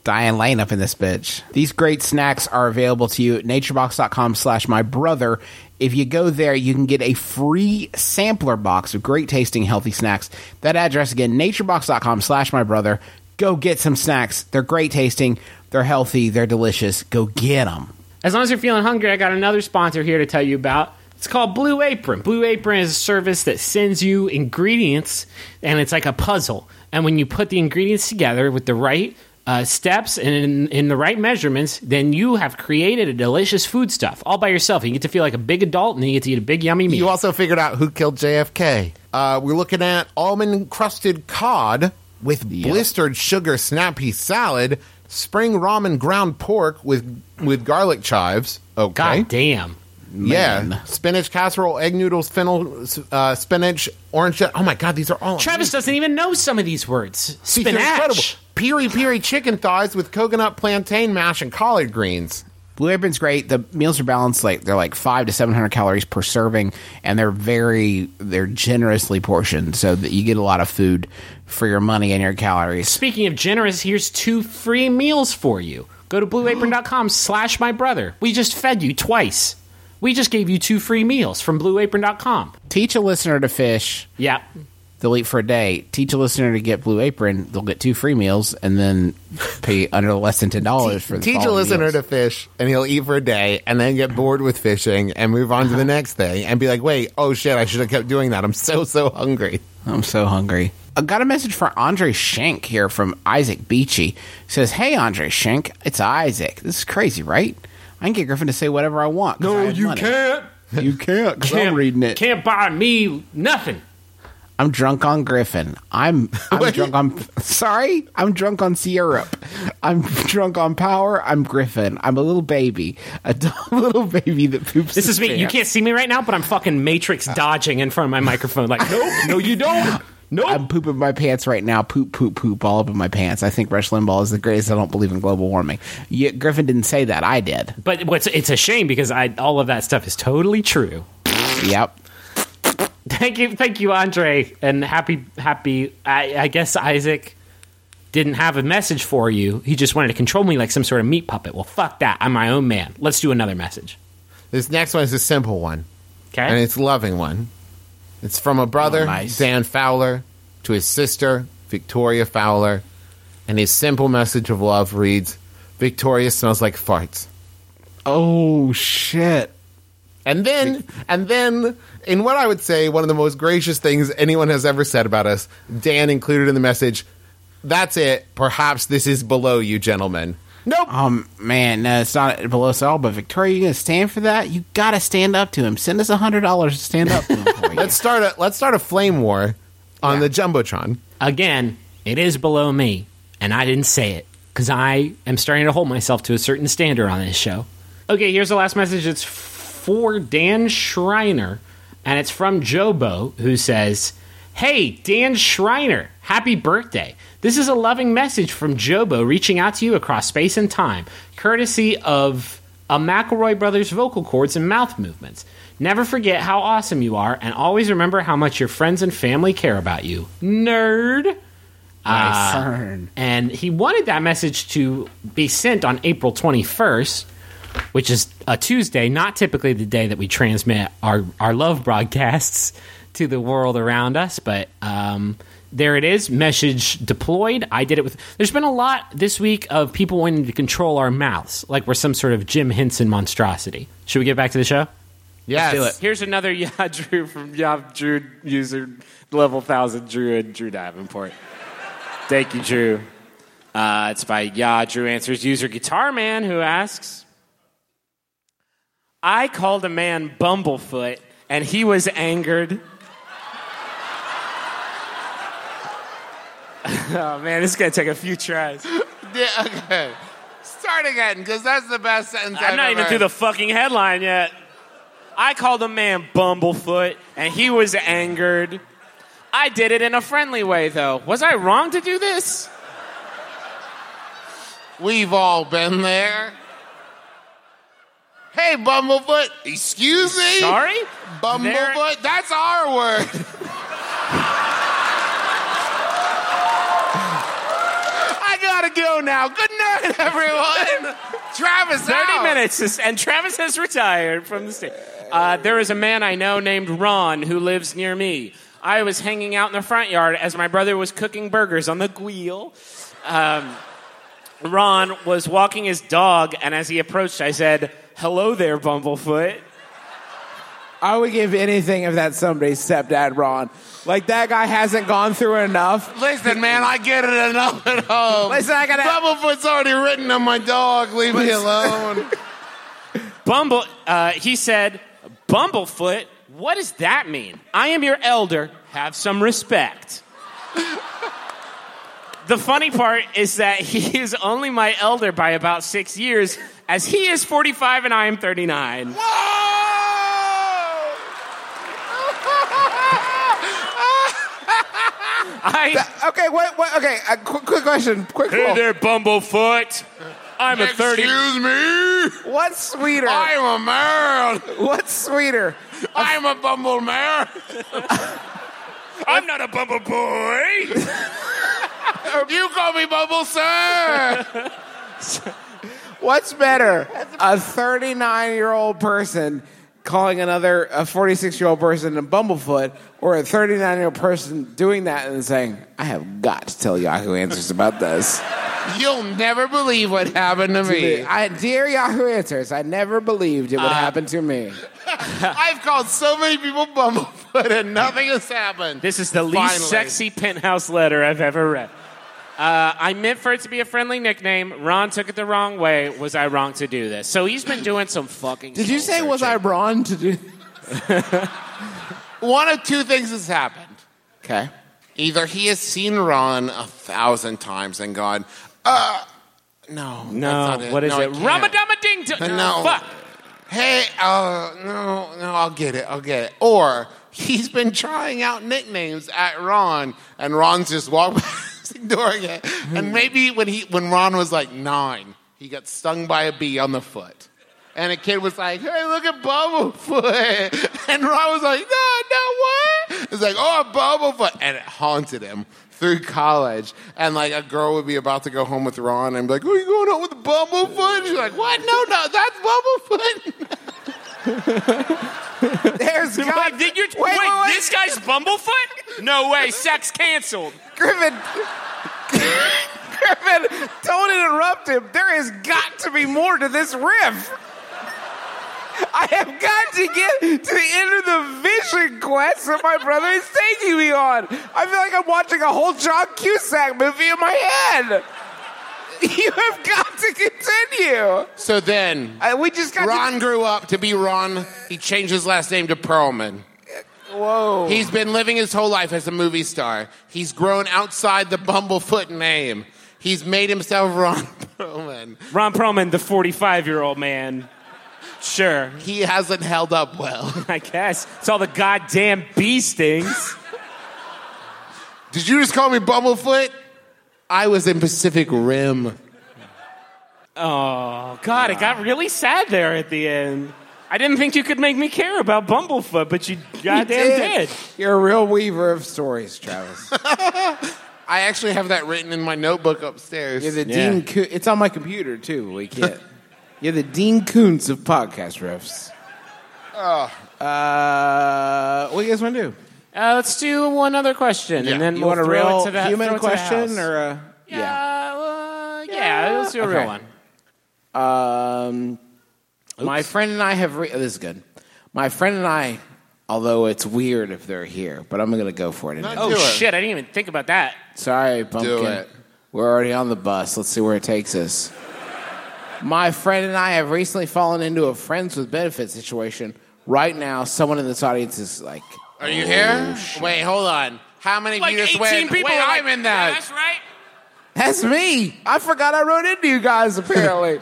Dying Lane up in this bitch. These great snacks are available to you at naturebox.com slash my brother. If you go there, you can get a free sampler box of great tasting healthy snacks. That address again, naturebox.com slash my brother. Go get some snacks. They're great tasting. They're healthy. They're delicious. Go get them. As long as you're feeling hungry, I got another sponsor here to tell you about. It's called Blue Apron. Blue Apron is a service that sends you ingredients, and it's like a puzzle. And when you put the ingredients together with the right uh, steps and in, in the right measurements, then you have created a delicious foodstuff all by yourself. You get to feel like a big adult, and you get to eat a big yummy meal. You also figured out who killed JFK. Uh, we're looking at almond encrusted cod with blistered sugar snap pea salad, spring ramen ground pork with with garlic chives. Okay. God damn. Yeah, spinach casserole, egg noodles, fennel, uh, spinach, orange. Oh my god, these are all Travis doesn't even know some of these words. These are incredible. Spinach. Piri piri chicken thighs with coconut plantain mash and collard greens. Blue Apron's great. The meals are balanced; like they're like five to seven hundred calories per serving, and they're very they're generously portioned, so that you get a lot of food for your money and your calories. Speaking of generous, here's two free meals for you. Go to blueapron.com slash my brother. We just fed you twice. We just gave you two free meals from blueapron.com. Teach a listener to fish; Yeah. they'll eat for a day. Teach a listener to get Blue Apron; they'll get two free meals, and then pay under less than ten dollars for the Teach a following listener meals. to fish, and he'll eat for a day, and then get bored with fishing, and move on to the next thing, and be like, "Wait, oh shit, I should have kept doing that. I'm so so hungry." I'm so hungry. I got a message for Andre Schenk here from Isaac Beachy. It says, Hey, Andre Schenk, it's Isaac. This is crazy, right? I can get Griffin to say whatever I want. No, you can't. You can't, 'cause I'm reading it. Can't buy me nothing. I'm drunk on Griffin. I'm, I'm drunk on. Sorry? I'm drunk on syrup. I'm drunk on power. I'm Griffin. I'm a little baby. A dumb little baby that poops. This his is me. You pants. can't see me right now, but I'm fucking matrix dodging in front of my microphone. Like, nope, no, you don't. Nope. I'm pooping my pants right now. Poop, poop, poop, all up in my pants. I think Rush Limbaugh is the greatest. I don't believe in global warming. Yeah, Griffin didn't say that. I did. but what's it's a shame because I all of that stuff is totally true. Yep. Thank you, thank you, Andre, and happy, happy. I, I guess Isaac didn't have a message for you. He just wanted to control me like some sort of meat puppet. Well, fuck that. I'm my own man. Let's do another message. This next one is a simple one, and Okay. it's a loving one. It's from a brother, Oh, nice. Dan Fowler, to his sister, Victoria Fowler, and his simple message of love reads, "Victoria smells like farts." Oh shit. And then, and then, in what I would say one of the most gracious things anyone has ever said about us, Dan included in the message. That's it. Perhaps this is below you, gentlemen. Nope. Um, man, no, it's not below us all. But Victoria, you gonna stand for that? You gotta stand up to him. Send us a hundred dollars to stand up to him. For you. Let's start a let's start a flame war on the jumbotron. Again, it is below me, and I didn't say it because I am starting to hold myself to a certain standard on this show. Okay, here's the last message. It's for Dan Schreiner, and it's from Jobo, who says, Hey, Dan Schreiner, happy birthday. This is a loving message from Jobo reaching out to you across space and time, courtesy of a McElroy Brothers vocal cords and mouth movements. Never forget how awesome you are, and always remember how much your friends and family care about you. Nerd! Ah. Turn. And he wanted that message to be sent on April 21st, which is a Tuesday, not typically the day that we transmit our, our love broadcasts to the world around us. But um, there it is, message deployed. I did it with. There's been a lot this week of people wanting to control our mouths, like we're some sort of Jim Henson monstrosity. Should we get back to the show? Yes. Here's another Yeah Drew from Yeah Drew user level thousand Drew and Drew Davenport. Thank you, Drew. Uh, it's by Yeah Drew Answers user Guitar Man who asks I called a man Bumblefoot and he was angered. oh man, this is gonna take a few tries. Yeah, okay. Start again, because that's the best sentence I'm I've not ever even through the fucking headline yet. I called a man Bumblefoot, and he was angered. I did it in a friendly way, though. Was I wrong to do this? We've all been there. Hey, Bumblefoot. Excuse me? Sorry? Bumblefoot. There- That's our word. I gotta go now. Good night, everyone. Travis 30 out. minutes, is- and Travis has retired from the stage. Uh, there is a man I know named Ron who lives near me. I was hanging out in the front yard as my brother was cooking burgers on the grill. Um, Ron was walking his dog, and as he approached, I said, Hello there, Bumblefoot. I would give anything if that's somebody's stepdad, Ron. Like that guy hasn't gone through enough. Listen, man, I get it enough at home. Listen, I gotta. Bumblefoot's already written on my dog. Leave me alone. Bumble, uh, he said, Bumblefoot, what does that mean? I am your elder. Have some respect. the funny part is that he is only my elder by about six years, as he is 45 and I am 39. Oh! I Okay, what? what okay, uh, quick, quick question. Quick. Hey poll. there, Bumblefoot. I'm a 30. Excuse me. What's sweeter? I'm a man. What's sweeter? I'm a bumble man. I'm not a Bumble Boy. You call me bumble sir. What's better? A 39 year old person calling another a 46 year old person a bumblefoot, or a 39 year old person doing that and saying, "I have got to tell Yahoo Answers about this." You'll never believe what happened to me. I, dear Yahoo Answers, I never believed Uh, it would happen to me. I've called so many people bumblefoot and nothing has happened. This is the least Finally. sexy penthouse letter I've ever read. Uh, I meant for it to be a friendly nickname. Ron took it the wrong way. Was I wrong to do this? So he's been doing some fucking. Did you say was I wrong to do? One of two things has happened. Okay. Either he has seen Ron a thousand times and gone, uh, no, No, that's not it. what is No, I it? can't. Ramadama ding dong. No. Fuck. Hey, uh, no, no, I'll get it, I'll get it. Or he's been trying out nicknames at Ron, and Ron's just walked past, ignoring it. And maybe when he, when Ron was like nine, he got stung by a bee on the foot. And a kid was like, hey, look at Bumblefoot. And Ron was like, no, no, what? It's like, oh, Bumblefoot. And it haunted him through college. And like a girl would be about to go home with Ron and be like, who are you going home with Bumblefoot? And she's like, what? No, no, that's Bumblefoot. There's God. Wait, did you, wait, wait, wait. this guy's Bumblefoot? No way. Sex canceled. Griffin. Griffin, don't interrupt him. There has got to be more to this riff. I have got to get to the end of the vision quest that my brother is taking me on. I feel like I'm watching a whole John Cusack movie in my head. You have got to continue. so then Uh, we just got Ron grew up to be Ron. He changed his last name to Perlman. to. Whoa. He's been living his whole life as a movie star. He's grown outside the Bumblefoot name. He's made himself Ron Perlman. Ron Perlman, the 45 year old man. Sure, He hasn't held up well. I guess. It's all the goddamn bee stings. Did you just call me Bumblefoot? I was in Pacific Rim. Oh, God, it got really sad there at the end. I didn't think you could make me care about Bumblefoot, but you goddamn did. You're a real weaver of stories, Travis. I actually have that written in my notebook upstairs. You're the Dean. Coo- it's on my computer too. We can't. You're the Dean Koontz of podcast riffs. Uh, what do you guys want to do? Uh, let's do one other question, Yeah. and then You we'll want a throw real it to the throw human it to the question house. or a yeah? yeah, uh, yeah, let's do a Okay. real one. Um, my friend and I have. Re- oh, this is good. My friend and I. Although it's weird if they're here, but I'm going to go for it. Anyway. Oh, Do it. shit, I didn't even think about that. Sorry, pumpkin. it. We're already on the bus. Let's see where it takes us. My friend and I have recently fallen into a friends with benefits situation. Right now, someone in this audience is like, Are you here? Wait, hold on. How many Like of you just 18 went? people. Wait, were like, I'm in "Yeah, that. that's right. That's me. I forgot I wrote into you guys, apparently.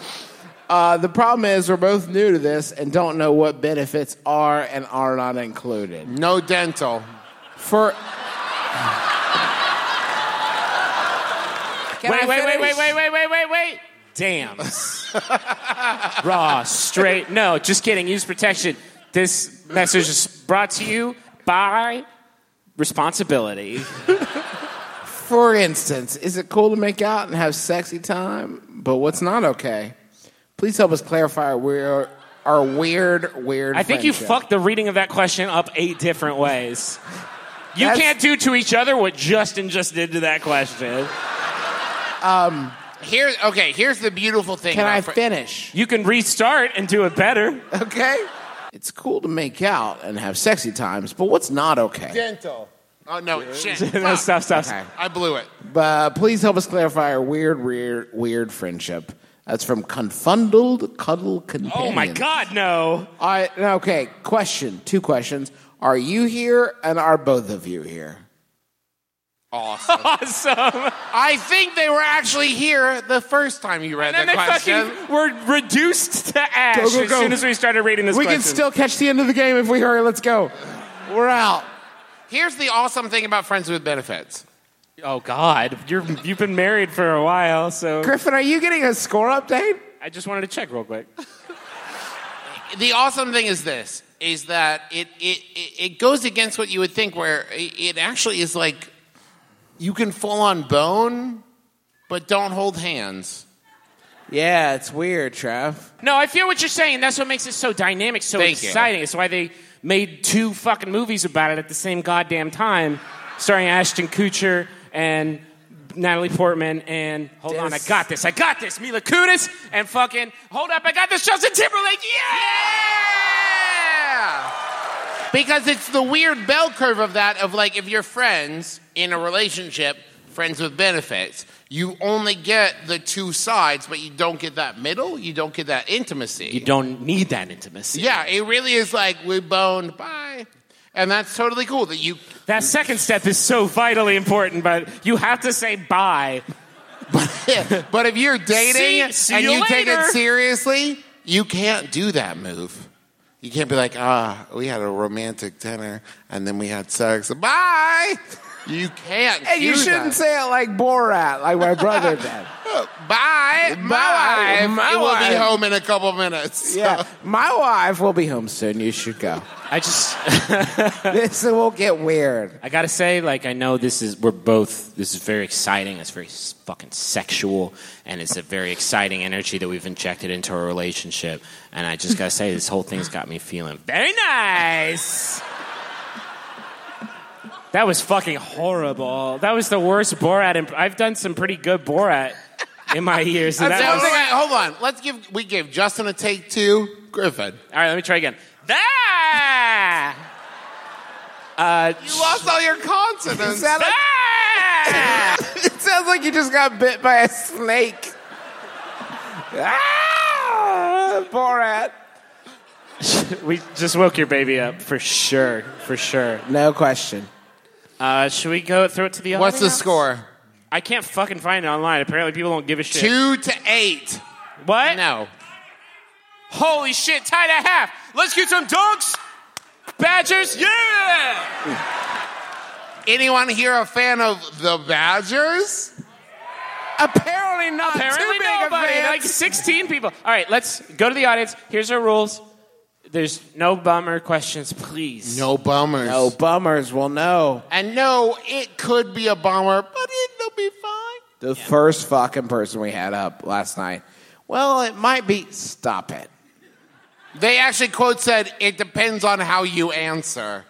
uh, the problem is, we're both new to this and don't know what benefits are and are not included. No dental. For. Can I Wait, wait, wait, wait, finish? wait, wait, wait, wait, wait. Damn. Raw, straight. No, just kidding. Use protection. This message is brought to you by responsibility. For instance, is it cool to make out and have sexy time? But what's not okay? Please help us clarify our weird, our weird, weird. I think you friendship. fucked the reading of that question up eight different ways. You That's- can't do to each other what Justin just did to that question. Here, okay. Here's the beautiful thing. Can about I fri- finish? You can restart and do it better. Okay. It's cool to make out and have sexy times, but what's not okay? dental? Oh no, shit. no, Fuck. stop, stop, stop. Okay. I blew it. But please help us clarify our weird, weird, weird friendship. That's from Confundled Cuddle Oh Companion. my God, no. All right, okay, question. Two questions. Are you here and are both of you here? Awesome. Awesome. I think they were actually here the first time you read And the they question. fucking were reduced to ash go, as go. soon as we started reading this We question. can still catch the end of the game if we hurry. Let's go. We're out. Here's the awesome thing about friends with benefits. Oh God, you're you've been married for a while, so Griffin, are you getting a score update? I just wanted to check real quick. the awesome thing is this is that it it it it goes against what you would think where it it actually is like you can fall on bone but don't hold hands Yeah, it's weird, Trav. No, I feel what you're saying. That's what makes it so dynamic, so Thank you. exciting. It's why they made two fucking movies about it at the same goddamn time, starring Ashton Kutcher and Natalie Portman and hold on, I got this, I got this, Mila Kunis and fucking hold up, I got this, Justin Timberlake. Yeah. because it's the weird bell curve of that of like if you're friends in a relationship friends with benefits you only get the two sides but you don't get that middle you don't get that intimacy You don't need that intimacy. yeah it really is like we boned bye and that's totally cool that you That second step is so vitally important, but you have to say bye. but if you're See- dating see and you you, take it later. seriously, you can't do that move. You can't be like, ah, we had a romantic dinner and then we had sex. Bye. You can't. And you do shouldn't that. say it like Borat, like my brother did. bye. Bye, My wife. my it will be wife." home in a couple minutes. Yeah, my wife will be home soon. You should go. I just This will get weird. I gotta say, like, I know this is we're both. This is very exciting. It's very s- fucking sexual, and it's a very exciting energy that we've injected into our relationship. And I just gotta say, this whole thing's got me feeling very nice. That was fucking horrible. That was the worst Borat. Imp- I've done some pretty good Borat in my years. and That's that all was- right, hold on. Let's give. We gave Justin a take two. Griffin, all right, let me try again. That. you lost all your consonants. It sounds like you just got bit by a snake. Ah, Borat. We just woke your baby up for sure, for sure. No question. Uh, should we go throw it to the What's the audience? score? I can't fucking find it online. Apparently, people don't give a shit. Two to eight. What? No. Holy shit! Tied at half. Let's get some dunks. Badgers. Yeah. Anyone here a fan of the Badgers? Apparently not. Apparently too big of nobody. fans. Like 16 people. All right, let's go to the audience. Here's our rules. There's no bummer questions, please. No bummers. No Oh, bummers will know. And no, it could be a bummer, but it'll be fine. The first fucking person we had up last night. Well, it might be. Stop it. They actually quote said, "It depends on how you answer."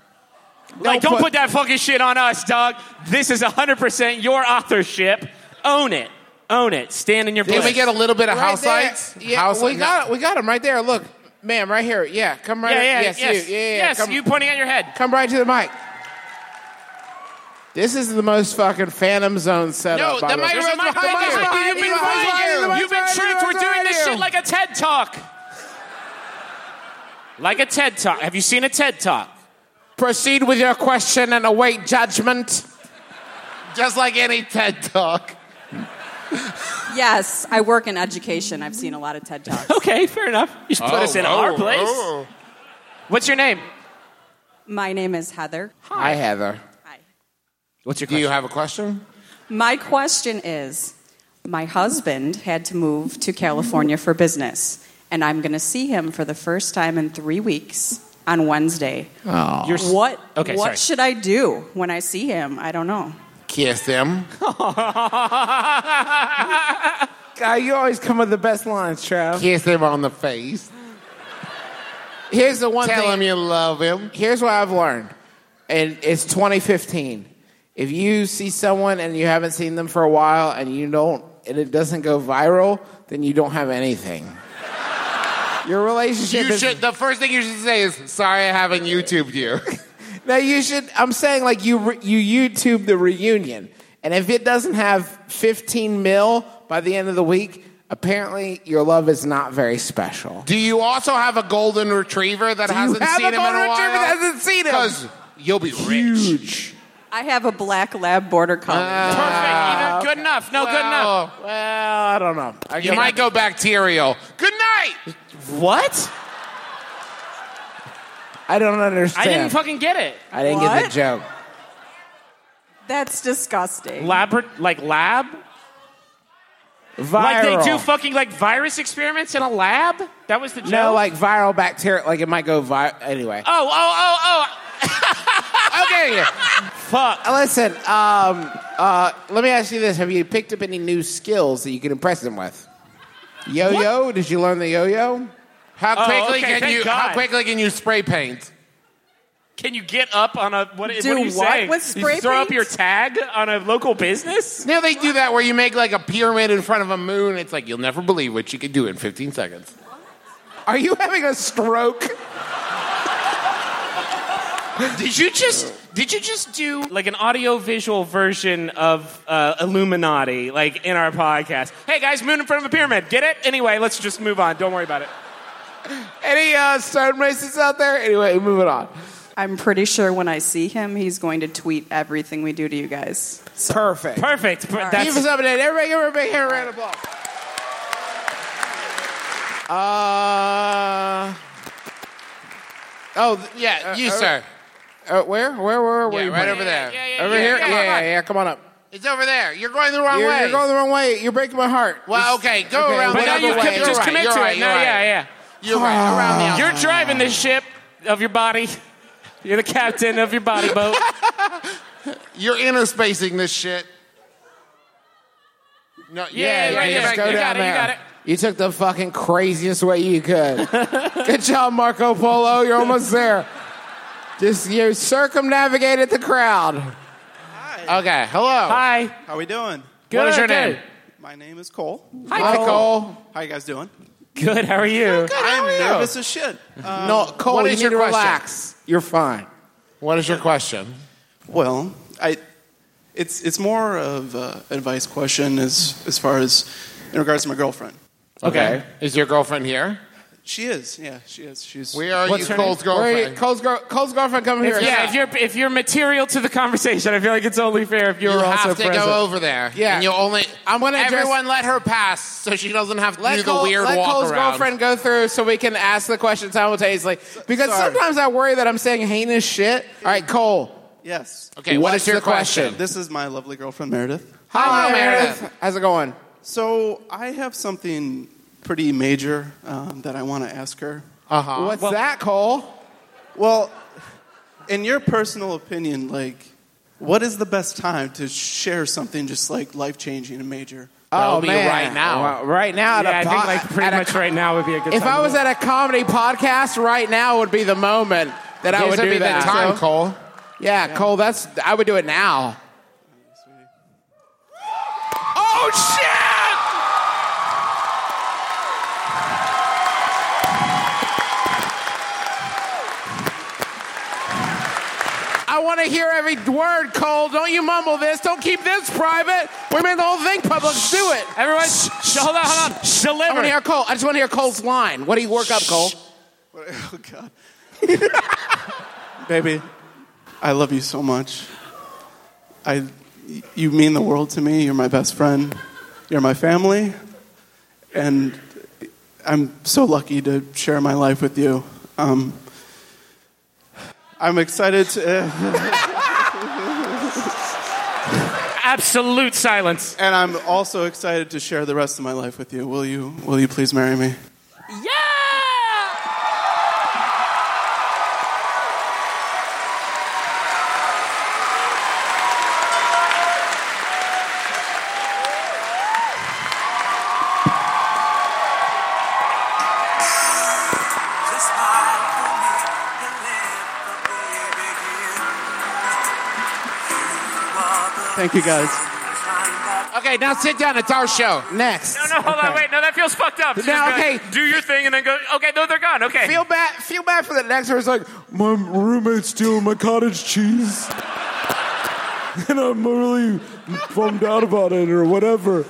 Like, don't put, that fucking shit on us, dog. This is 100% your authorship. Own it. Own it. Stand in your place. Did we get a little bit of Right house there. lights? Yeah, house we no. got we got him right there. Look, ma'am, right here. Yeah, come right. Yeah, yeah, yes, yes, you. Yeah, yeah, yes. Come, you pointing at your head. come right to the mic. This is the most fucking Phantom Zone No, setup. the by way. microphone's There's a mic behind you. behind you. You've been The mic's behind you. The fired. mic's You've been behind you. tricked. The We're mic's doing this behind shit you. like a TED talk. Like a TED talk. Have you seen a TED talk? Proceed with your question and await judgment. Just like any TED talk. Yes, I work in education. I've seen a lot of TED Talks. Okay, fair enough. You just put us in our place. What's your name? My name is Heather. Hi, Heather. Hi. What's your Do you question? have a question? My question is my husband had to move to California for business, and I'm going to see him for the first time in three weeks on Wednesday. You're s- What, Okay, sorry. what should I do when I see him? I don't know. Kiss them. God, you always come with the best lines, Trav. Kiss them on the face. Here's the one Tell thing. them you love him. here's what I've learned, and it's 2015. If you see someone and you haven't seen them for a while and you don't, and it doesn't go viral, then you don't have anything. Your relationship You is. should. The first thing you should say is, "Sorry, I haven't YouTubed you." No, you should. I'm saying like you re, you YouTube the reunion, and if it doesn't have 15 mil by the end of the week, apparently your love is not very special. Do you also have a golden retriever that you hasn't have seen a him in a golden while? retriever that hasn't seen him? Because you'll be rich. Huge. I have a black lab border collie. Perfect. Either good enough. No, good enough. Well, Well, Uh, I don't know. I you might go bacterial. Good night. What? I don't understand. I didn't fucking get it. I didn't get the joke. That's disgusting. Labra- like lab? Viral. Like they do fucking like virus experiments in a lab? That was the joke? no, like viral bacteria. Like it might go viral. Anyway. Oh, oh, oh, oh. Okay. Fuck. Uh, Listen, um, uh, let me ask you this. Have you picked up any new skills that you can impress them with? Yo yo? Did you learn the yo yo? How Oh, quickly okay, can thank you? God. How quickly can you spray paint? Can you get up on a. What, Do what are you what saying? with You spray throw up paint? your tag on a local business? No, they do that where you make like a pyramid in front of a moon. It's like you'll never believe what you could do in 15 seconds. Are you having a stroke? Did you just did you just do like an audio visual version of uh, Illuminati like in our podcast? Hey guys, moon in front of a pyramid. Get it? Anyway, let's just move on. Don't worry about it. Any uh, stone races out there? Anyway, moving on. I'm pretty sure when I see him, he's going to tweet everything we do to you guys. Perfect. Perfect. Per- That's Keep us up to date. Everybody give her a big hand round of applause. Uh, oh, th- Yeah, you uh, sir. uh, where? Where, where, where? Yeah, you right pointing? over there. Yeah, yeah, Over yeah, here? yeah, Yeah, come yeah, on. yeah, Come on up. It's over there. You're going the wrong You're, way. you're going the wrong way. You're breaking my heart. well, This- okay, go okay, around but the now other you've way. com- You're just right, commit you're to right, it. You're No, right. yeah, yeah. You're right. Around the You're driving the ship of your body. You're the captain of your body boat. You're interspacing this shit. No, Yeah, right, yeah, yeah, yeah, yeah, Just right, go you down got it, you there. got it. You took the fucking craziest way you could. Good job, Marco Polo. You're almost there. Just you circumnavigated the crowd. Okay, hello. Hi. How we doing? Good, is your good. name? My name is Cole. Hi, Cole. How you guys doing? Good. How are you? I'm nervous as shit. Uh, No, Cole, What you is need your to question? relax. You're fine. What is your question? well, I it's it's more of a advice question as as far as in regards to my girlfriend. Okay. Is your girlfriend here? She is, yeah, she is. She's Where are What's you, her Cole's Where girlfriend? Cole's, girl, Cole's girlfriend coming here. Yeah, if you're if you're material to the conversation, I feel like it's only fair if you're you also have to present. go over there. Yeah. And you only. I'm gonna address- Everyone let her pass so she doesn't have to Let, do the Cole- weird let walk Cole's around. girlfriend go through so we can ask the question simultaneously. Because sorry. sometimes I worry that I'm saying heinous shit. All right, Cole. yes. Okay, what What's is your the question? question? This is my lovely girlfriend Meredith. Hi, Hello, Meredith. Meredith. How's it going? So I have something pretty major um, that I want to ask her. Uh-huh. What's that, Cole? Well, in your personal opinion, like, what is the best time to share something just like life changing and major? Oh, be man. right now. Well, right now, at Yeah, a I think po- like at pretty a much right now would be a good. If time I to was go. at a comedy podcast right now, would be the moment that I This would would do be the that. time, So- Cole. yeah, Cole, that's I would do it now. Oh shit! I want to hear every word, Cole. Don't you mumble this. Don't keep this private. We made the whole thing public. Do it. everyone, sh- hold on, hold on, I want deliver. to hear Cole. I just want to hear Cole's line. What do you work up, Cole? Oh, God. Baby, I love you so much. I, you mean the world to me. You're my best friend. You're my family. And I'm so lucky to share my life with you. Um, I'm excited to. Absolute silence. And I'm also excited to share the rest of my life with you. Will you will you please marry me? Just smile for me and let the day begin. You are the Thank you guys. kind that Okay, now sit down. It's our show. Next. No, no, hold on, wait. No, that feels fucked up. Just Now, be like, okay. do your thing and then go. Okay, no, they're gone. Okay, Feel bad. Feel bad for the next person. Like my roommate's stealing my cottage cheese, and I'm really bummed out about it, or whatever.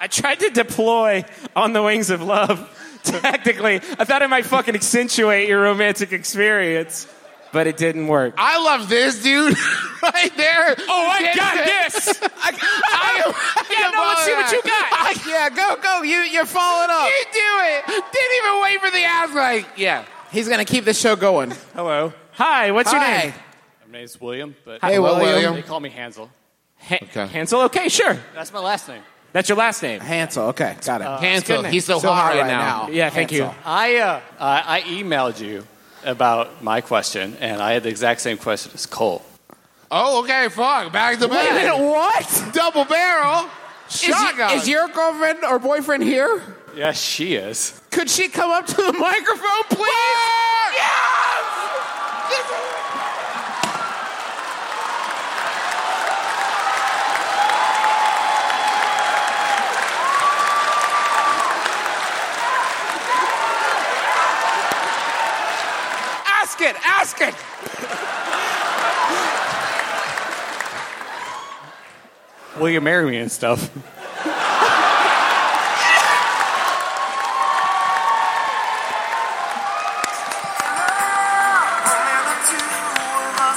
I tried to deploy on the wings of love. Technically, I thought it might fucking accentuate your romantic experience, but it didn't work. I love this dude right there. Oh, I got this. yeah, no, let's see what you got. yeah, go, go. You, you're following up. You do it. Didn't even wait for the ass. Like, yeah. He's gonna keep the show going. Hello. Hi. What's your Hi. name? My name's William, but Hey, Hello, William. William. they call me Hansel. Ha- Okay. Hansel? Okay, sure. That's my last name. That's your last name. Hansel. Okay, got it. Uh, Hansel, Goodness. he's so, So hot hot right right now. now. Yeah, thank you. Hansel. I uh, I I emailed you about my question, and I had the exact same question as Cole. Oh, okay, fuck. Back to back. what? Double barrel. Shotgun. Is, your girlfriend or boyfriend here? Yes, she is. Could she come up to the microphone, please? Ask it. Ask it. Will you marry me and stuff?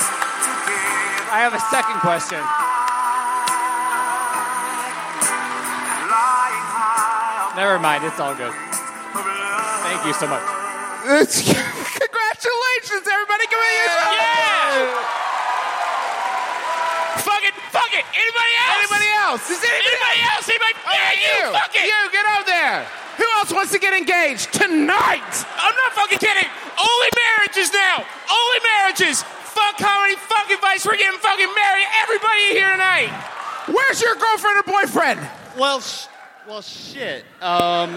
I have a second question. Never mind. It's all good. Thank you so much. Congratulations, everybody! Give me a Yeah! Fuck it, fuck it. Anybody else? Anybody else? Is anybody, Anybody else? Anybody? yeah, you. you? Fuck it. You get up there. Who else wants to get engaged tonight? I'm not fucking kidding. Only marriages now. Only marriages. Fuck comedy. Fuck advice. We're getting fucking married. Everybody here tonight. Where's your girlfriend or boyfriend? Well, sh- well, shit. Um,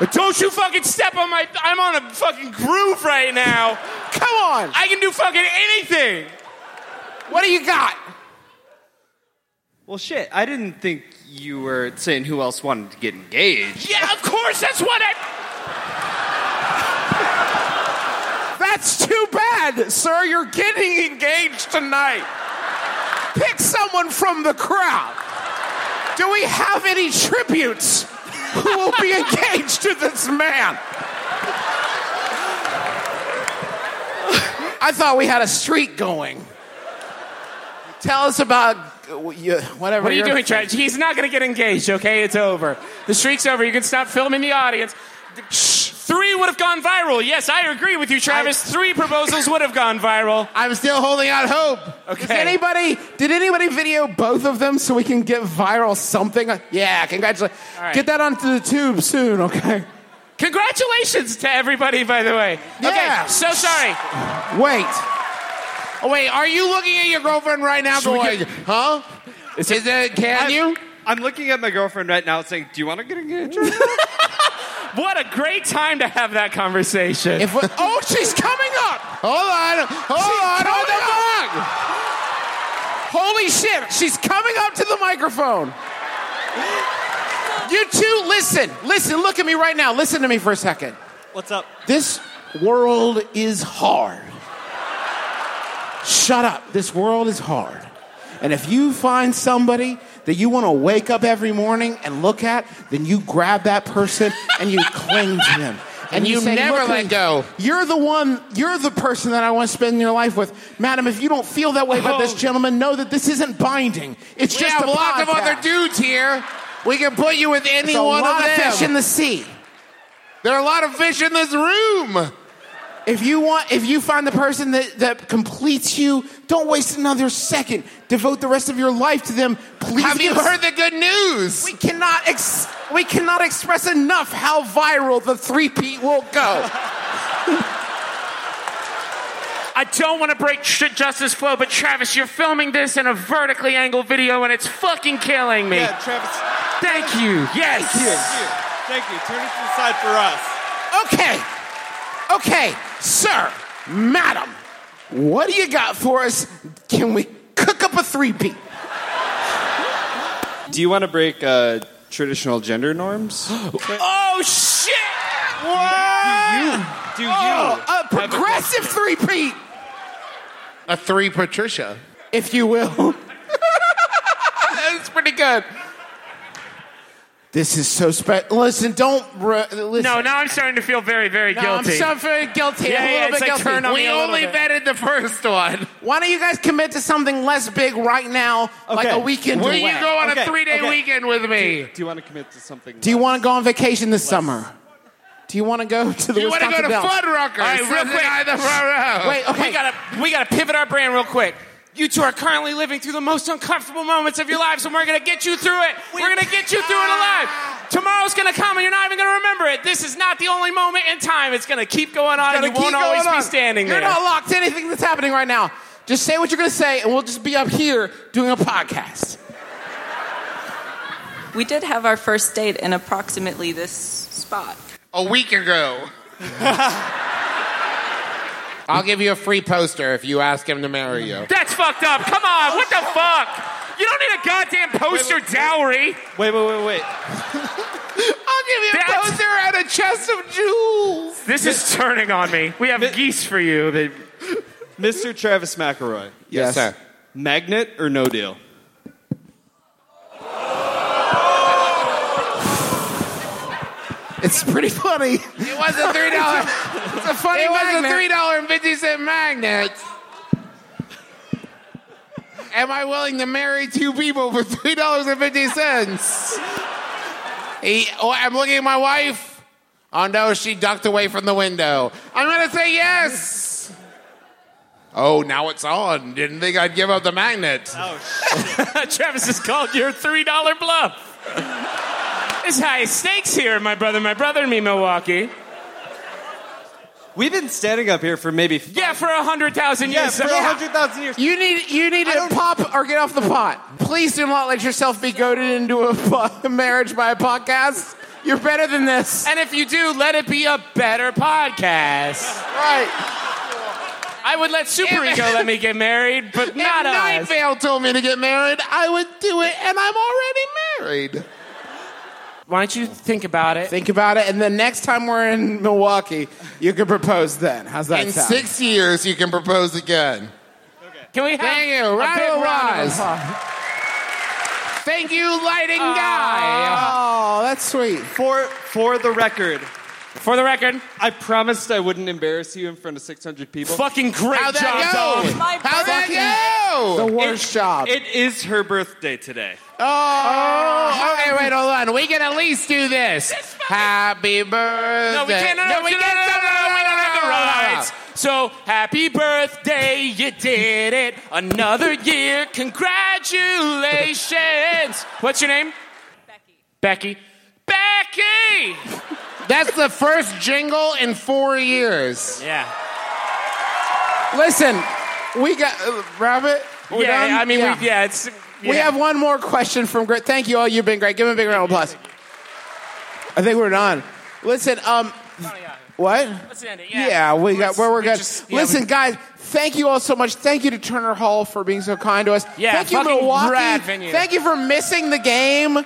But don't you fucking step on my. I'm on a fucking groove right now. Come on! I can do fucking anything. What do you got? well, shit. I didn't think you were saying who else wanted to get engaged. Yeah, of course. That's what I. That's too bad, sir. You're getting engaged tonight. Pick someone from the crowd. Do we have any tributes who will be engaged to this man? I thought we had a streak going. Tell us about uh, you- whatever. What are you your- doing, Trent? He's not going to get engaged, okay? It's over. The streak's over. You can stop filming the audience. Shh. Three would have gone viral. Yes, I agree with you, Travis. Three proposals would have gone viral. I'm still holding out hope. Okay. Does anybody? Did anybody video both of them so we can get viral something? Yeah, congratulations. All right. Get that onto the tube soon, okay? Congratulations to everybody, by the way. Yeah. Okay, so sorry. Wait. Oh, wait, are you looking at your girlfriend right now going, huh? Is it, can you? I'm looking at my girlfriend right now, saying, "Do you want to get engaged?" What a great time to have that conversation. If we- oh, she's coming up. Hold on. Hold on. Hold coming on. Holy shit, she's coming up to the microphone. You two, listen, listen, look at me right now. Listen to me for a second. What's up? This world is hard. Shut up. This world is hard. And if you find somebody that you want to wake up every morning and look at, then you grab that person and you cling to them. And you never "Look, let go." You're the one, you're the person that I want to spend your life with. Madam, if you don't feel that way about this gentleman, know that this isn't binding. It's Oh. We just have a lots of podcast. other dudes here. We can put you with any It's a one lot of of them. fish in the sea. there are a lot of fish in this room. If you want, if you find the person that, that completes you, don't waste another second. Devote the rest of your life to them. Please. Have you give- heard the good news? We cannot ex- we cannot express enough how viral the three P will go. I don't want to break shit justice flow, but Travis, you're filming this in a vertically angled video and it's fucking killing me. yeah, Travis. Thank you. Yes. Thank you. Thank you. Turn it to the side for us. Okay, okay, sir, madam, what do you got for us? Can we cook up a three P? Do you want to break uh, traditional gender norms? Oh shit! Do you? Oh, a progressive three P, A three Patricia. if you will. That's pretty good. This is so special. Listen, don't re- listen. No, now I'm starting to feel very, very No, guilty. I'm suffering guilty. Yeah, I'm yeah, a it's little bit like guilty. turn on we me a little only bit. vetted the first one. Why don't you guys commit to something less big right now, like Okay. a weekend? Will away? you go on a Okay, three day okay. weekend with me? Do you want to commit to something? Do you want to go on vacation this summer? Do you want to go to the You wanna go to Wisconsin Dells? Fuddruckers? All right, real quick. Wait, okay. We gotta we gotta pivot our brand real quick. You two are currently living through the most uncomfortable moments of your lives, and we're gonna get you through it. We're gonna get you through it alive. Ah. Tomorrow's gonna come, and you're not even gonna remember it. This is not the only moment in time. It's gonna keep going on, and Gotta you won't keep always going be on. standing You're there. not locked to anything that's happening right now. Just say what you're going to say, and we'll just be up here doing a podcast. We did have our first date in approximately this spot. A week ago. I'll give you a free poster if you ask him to marry you. That's fucked up. Come on, what the fuck? You don't need a goddamn poster dowry. Wait, wait, wait, wait. I'll give you a poster and a chest of jewels. This is turning on me. We have geese for you. Mr. Travis McElroy. Yes, sir. Magnet or no deal? It's pretty funny. It was a three dollar. it's a funny. It was a magnet. three dollar and fifty cent magnet. Am I willing to marry two people for three dollars and fifty cents? He, oh, I'm looking at my wife. Oh no, she ducked away from the window. I'm gonna say yes. Oh, now it's on. Didn't think I'd give up the magnet. Travis has called your three dollar bluff. It's high stakes here, my brother, my brother, and me, Milwaukee. We've been standing up here for maybe five, Yeah, for a hundred thousand yeah, years. for hundred thousand years. You need you need to pop or get off the pot. Please do not let yourself be goaded into a po- marriage by a podcast. You're better than this. And if you do, let it be a better podcast. Right. I would let Super Ego let me get married, but not if Night us. Vale told me to get married, I would do it, and I'm already married. Why don't you think about it? Think about it, and the next time we're in Milwaukee, you can propose then. How's that In sound? six years, you can propose again. Can we have Thank you, a round big of round of applause. Thank you, lighting Oh, guy. Oh, that's sweet. For for the record, For the record, I promised I wouldn't embarrass you in front of six hundred people. fucking great How'd job, that go? Dom. My How'd that go? The worst job. It is her birthday today. Oh, okay, wait, hold on. We can at least do this. Happy birthday. No, we can't. No, no, we no, no, no, can't. no, we don't have the rights. So happy birthday, you did it. Another year, congratulations. What's your name? Becky. Becky. Becky. That's the first jingle in four years. Yeah. Listen, we got uh, Rabbit. we're yeah. done? I mean, Yeah. We, yeah. It's. We yeah. have one more question from Grit. Thank you all. You've been great. Give him a big round of applause. I think we're done. Listen, um, what? Let's end it, yeah. Yeah, we Let's- got where we're we good. just- yeah, Listen, we- guys, thank you all so much. Thank you to Turner Hall for being so kind to us. Yeah, thank you fucking Milwaukee. rad venue. Thank you for missing the game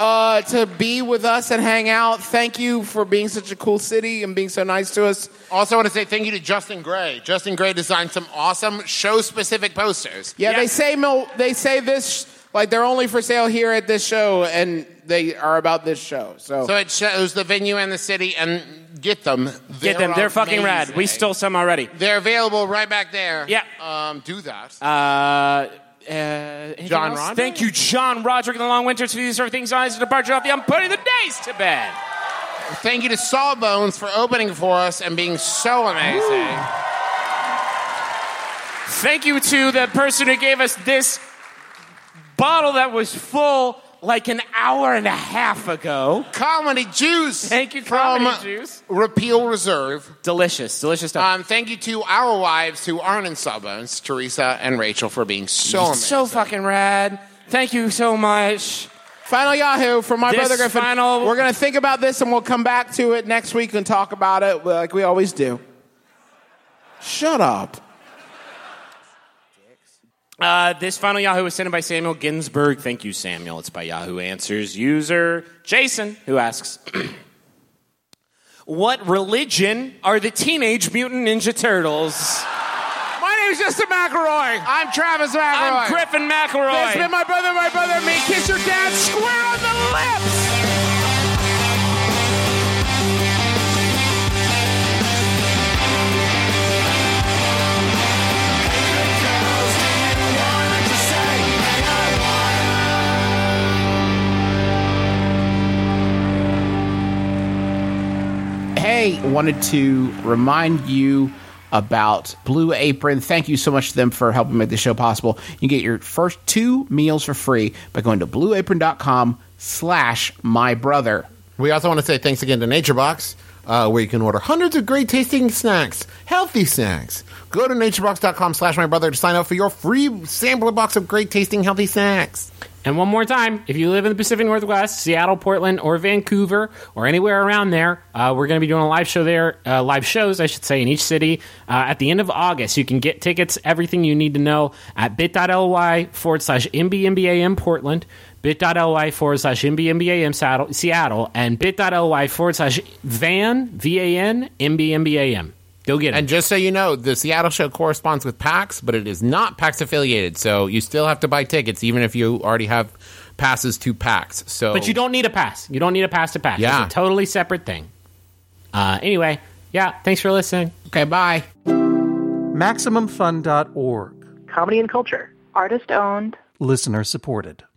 uh, to be with us and hang out. Thank you for being such a cool city and being so nice to us. Also, want to say thank you to Justin Gray. Justin Gray designed some awesome show specific posters. Yeah, Yeah. they say Mil- they say this like they're only for sale here at this show, and they are about this show. So, So it shows the venue and the city, and get them. Get them. They're fucking rad. amazing. We stole some already. They're available right back there. Yeah. Um, do that. Uh, uh, anything John else? Roderick? Thank you, John Roderick and the Long Winter. To these sort of things on his departure off the. I'm putting the days to bed. Thank you to Sawbones for opening for us and being so amazing. Thank you to the person who gave us this bottle that was full like an hour and a half ago. Comedy Juice. Thank you, from Comedy Juice. Repeal Reserve. Delicious, delicious stuff. Um, thank you to our wives who aren't in Sawbones, Teresa and Rachel, for being so amazing. so fucking rad. Thank you so much. final Yahoo from my This brother Griffin. final- We're gonna think about this, and we'll come back to it next week and talk about it like we always do. Shut up. Uh, this final Yahoo was sent in by Samuel Ginsburg. Thank you, Samuel. It's by Yahoo Answers user Jason, who asks What religion are the Teenage Mutant Ninja Turtles? My name's Justin McElroy. I'm Travis McElroy. I'm Griffin McElroy. This has been my brother, my brother, and me. Kiss your dad square on the lips. Hey, I wanted to remind you about Blue Apron. Thank you so much to them for helping make the show possible. You get your first two meals for free by going to blueapron.com slash my brother. We also want to say thanks again to NatureBox, uh, where you can order hundreds of great tasting snacks, healthy snacks. Go to naturebox.com slash my brother to sign up for your free sampler box of great tasting healthy snacks. And one more time, if you live in the Pacific Northwest, Seattle, Portland, or Vancouver, or anywhere around there, uh, we're going to be doing a live show there, uh, live shows, I should say, in each city uh, at the end of August. You can get tickets, everything you need to know at bit.ly forward slash MBMBAM Portland, bit.ly forward slash MBMBAM Saddle- Seattle, and bit.ly forward slash van, V-A-N, MBMBAM. Go get it. And just so you know, the Seattle show corresponds with PAX, but it is not PAX affiliated, so you still have to buy tickets even if you already have passes to PAX. So But you don't need a pass. You don't need a pass to pass. Yeah. It's a totally separate thing. Uh, anyway, yeah, thanks for listening. Okay, bye. MaximumFun.org. Comedy and culture. Artist owned. Listener supported.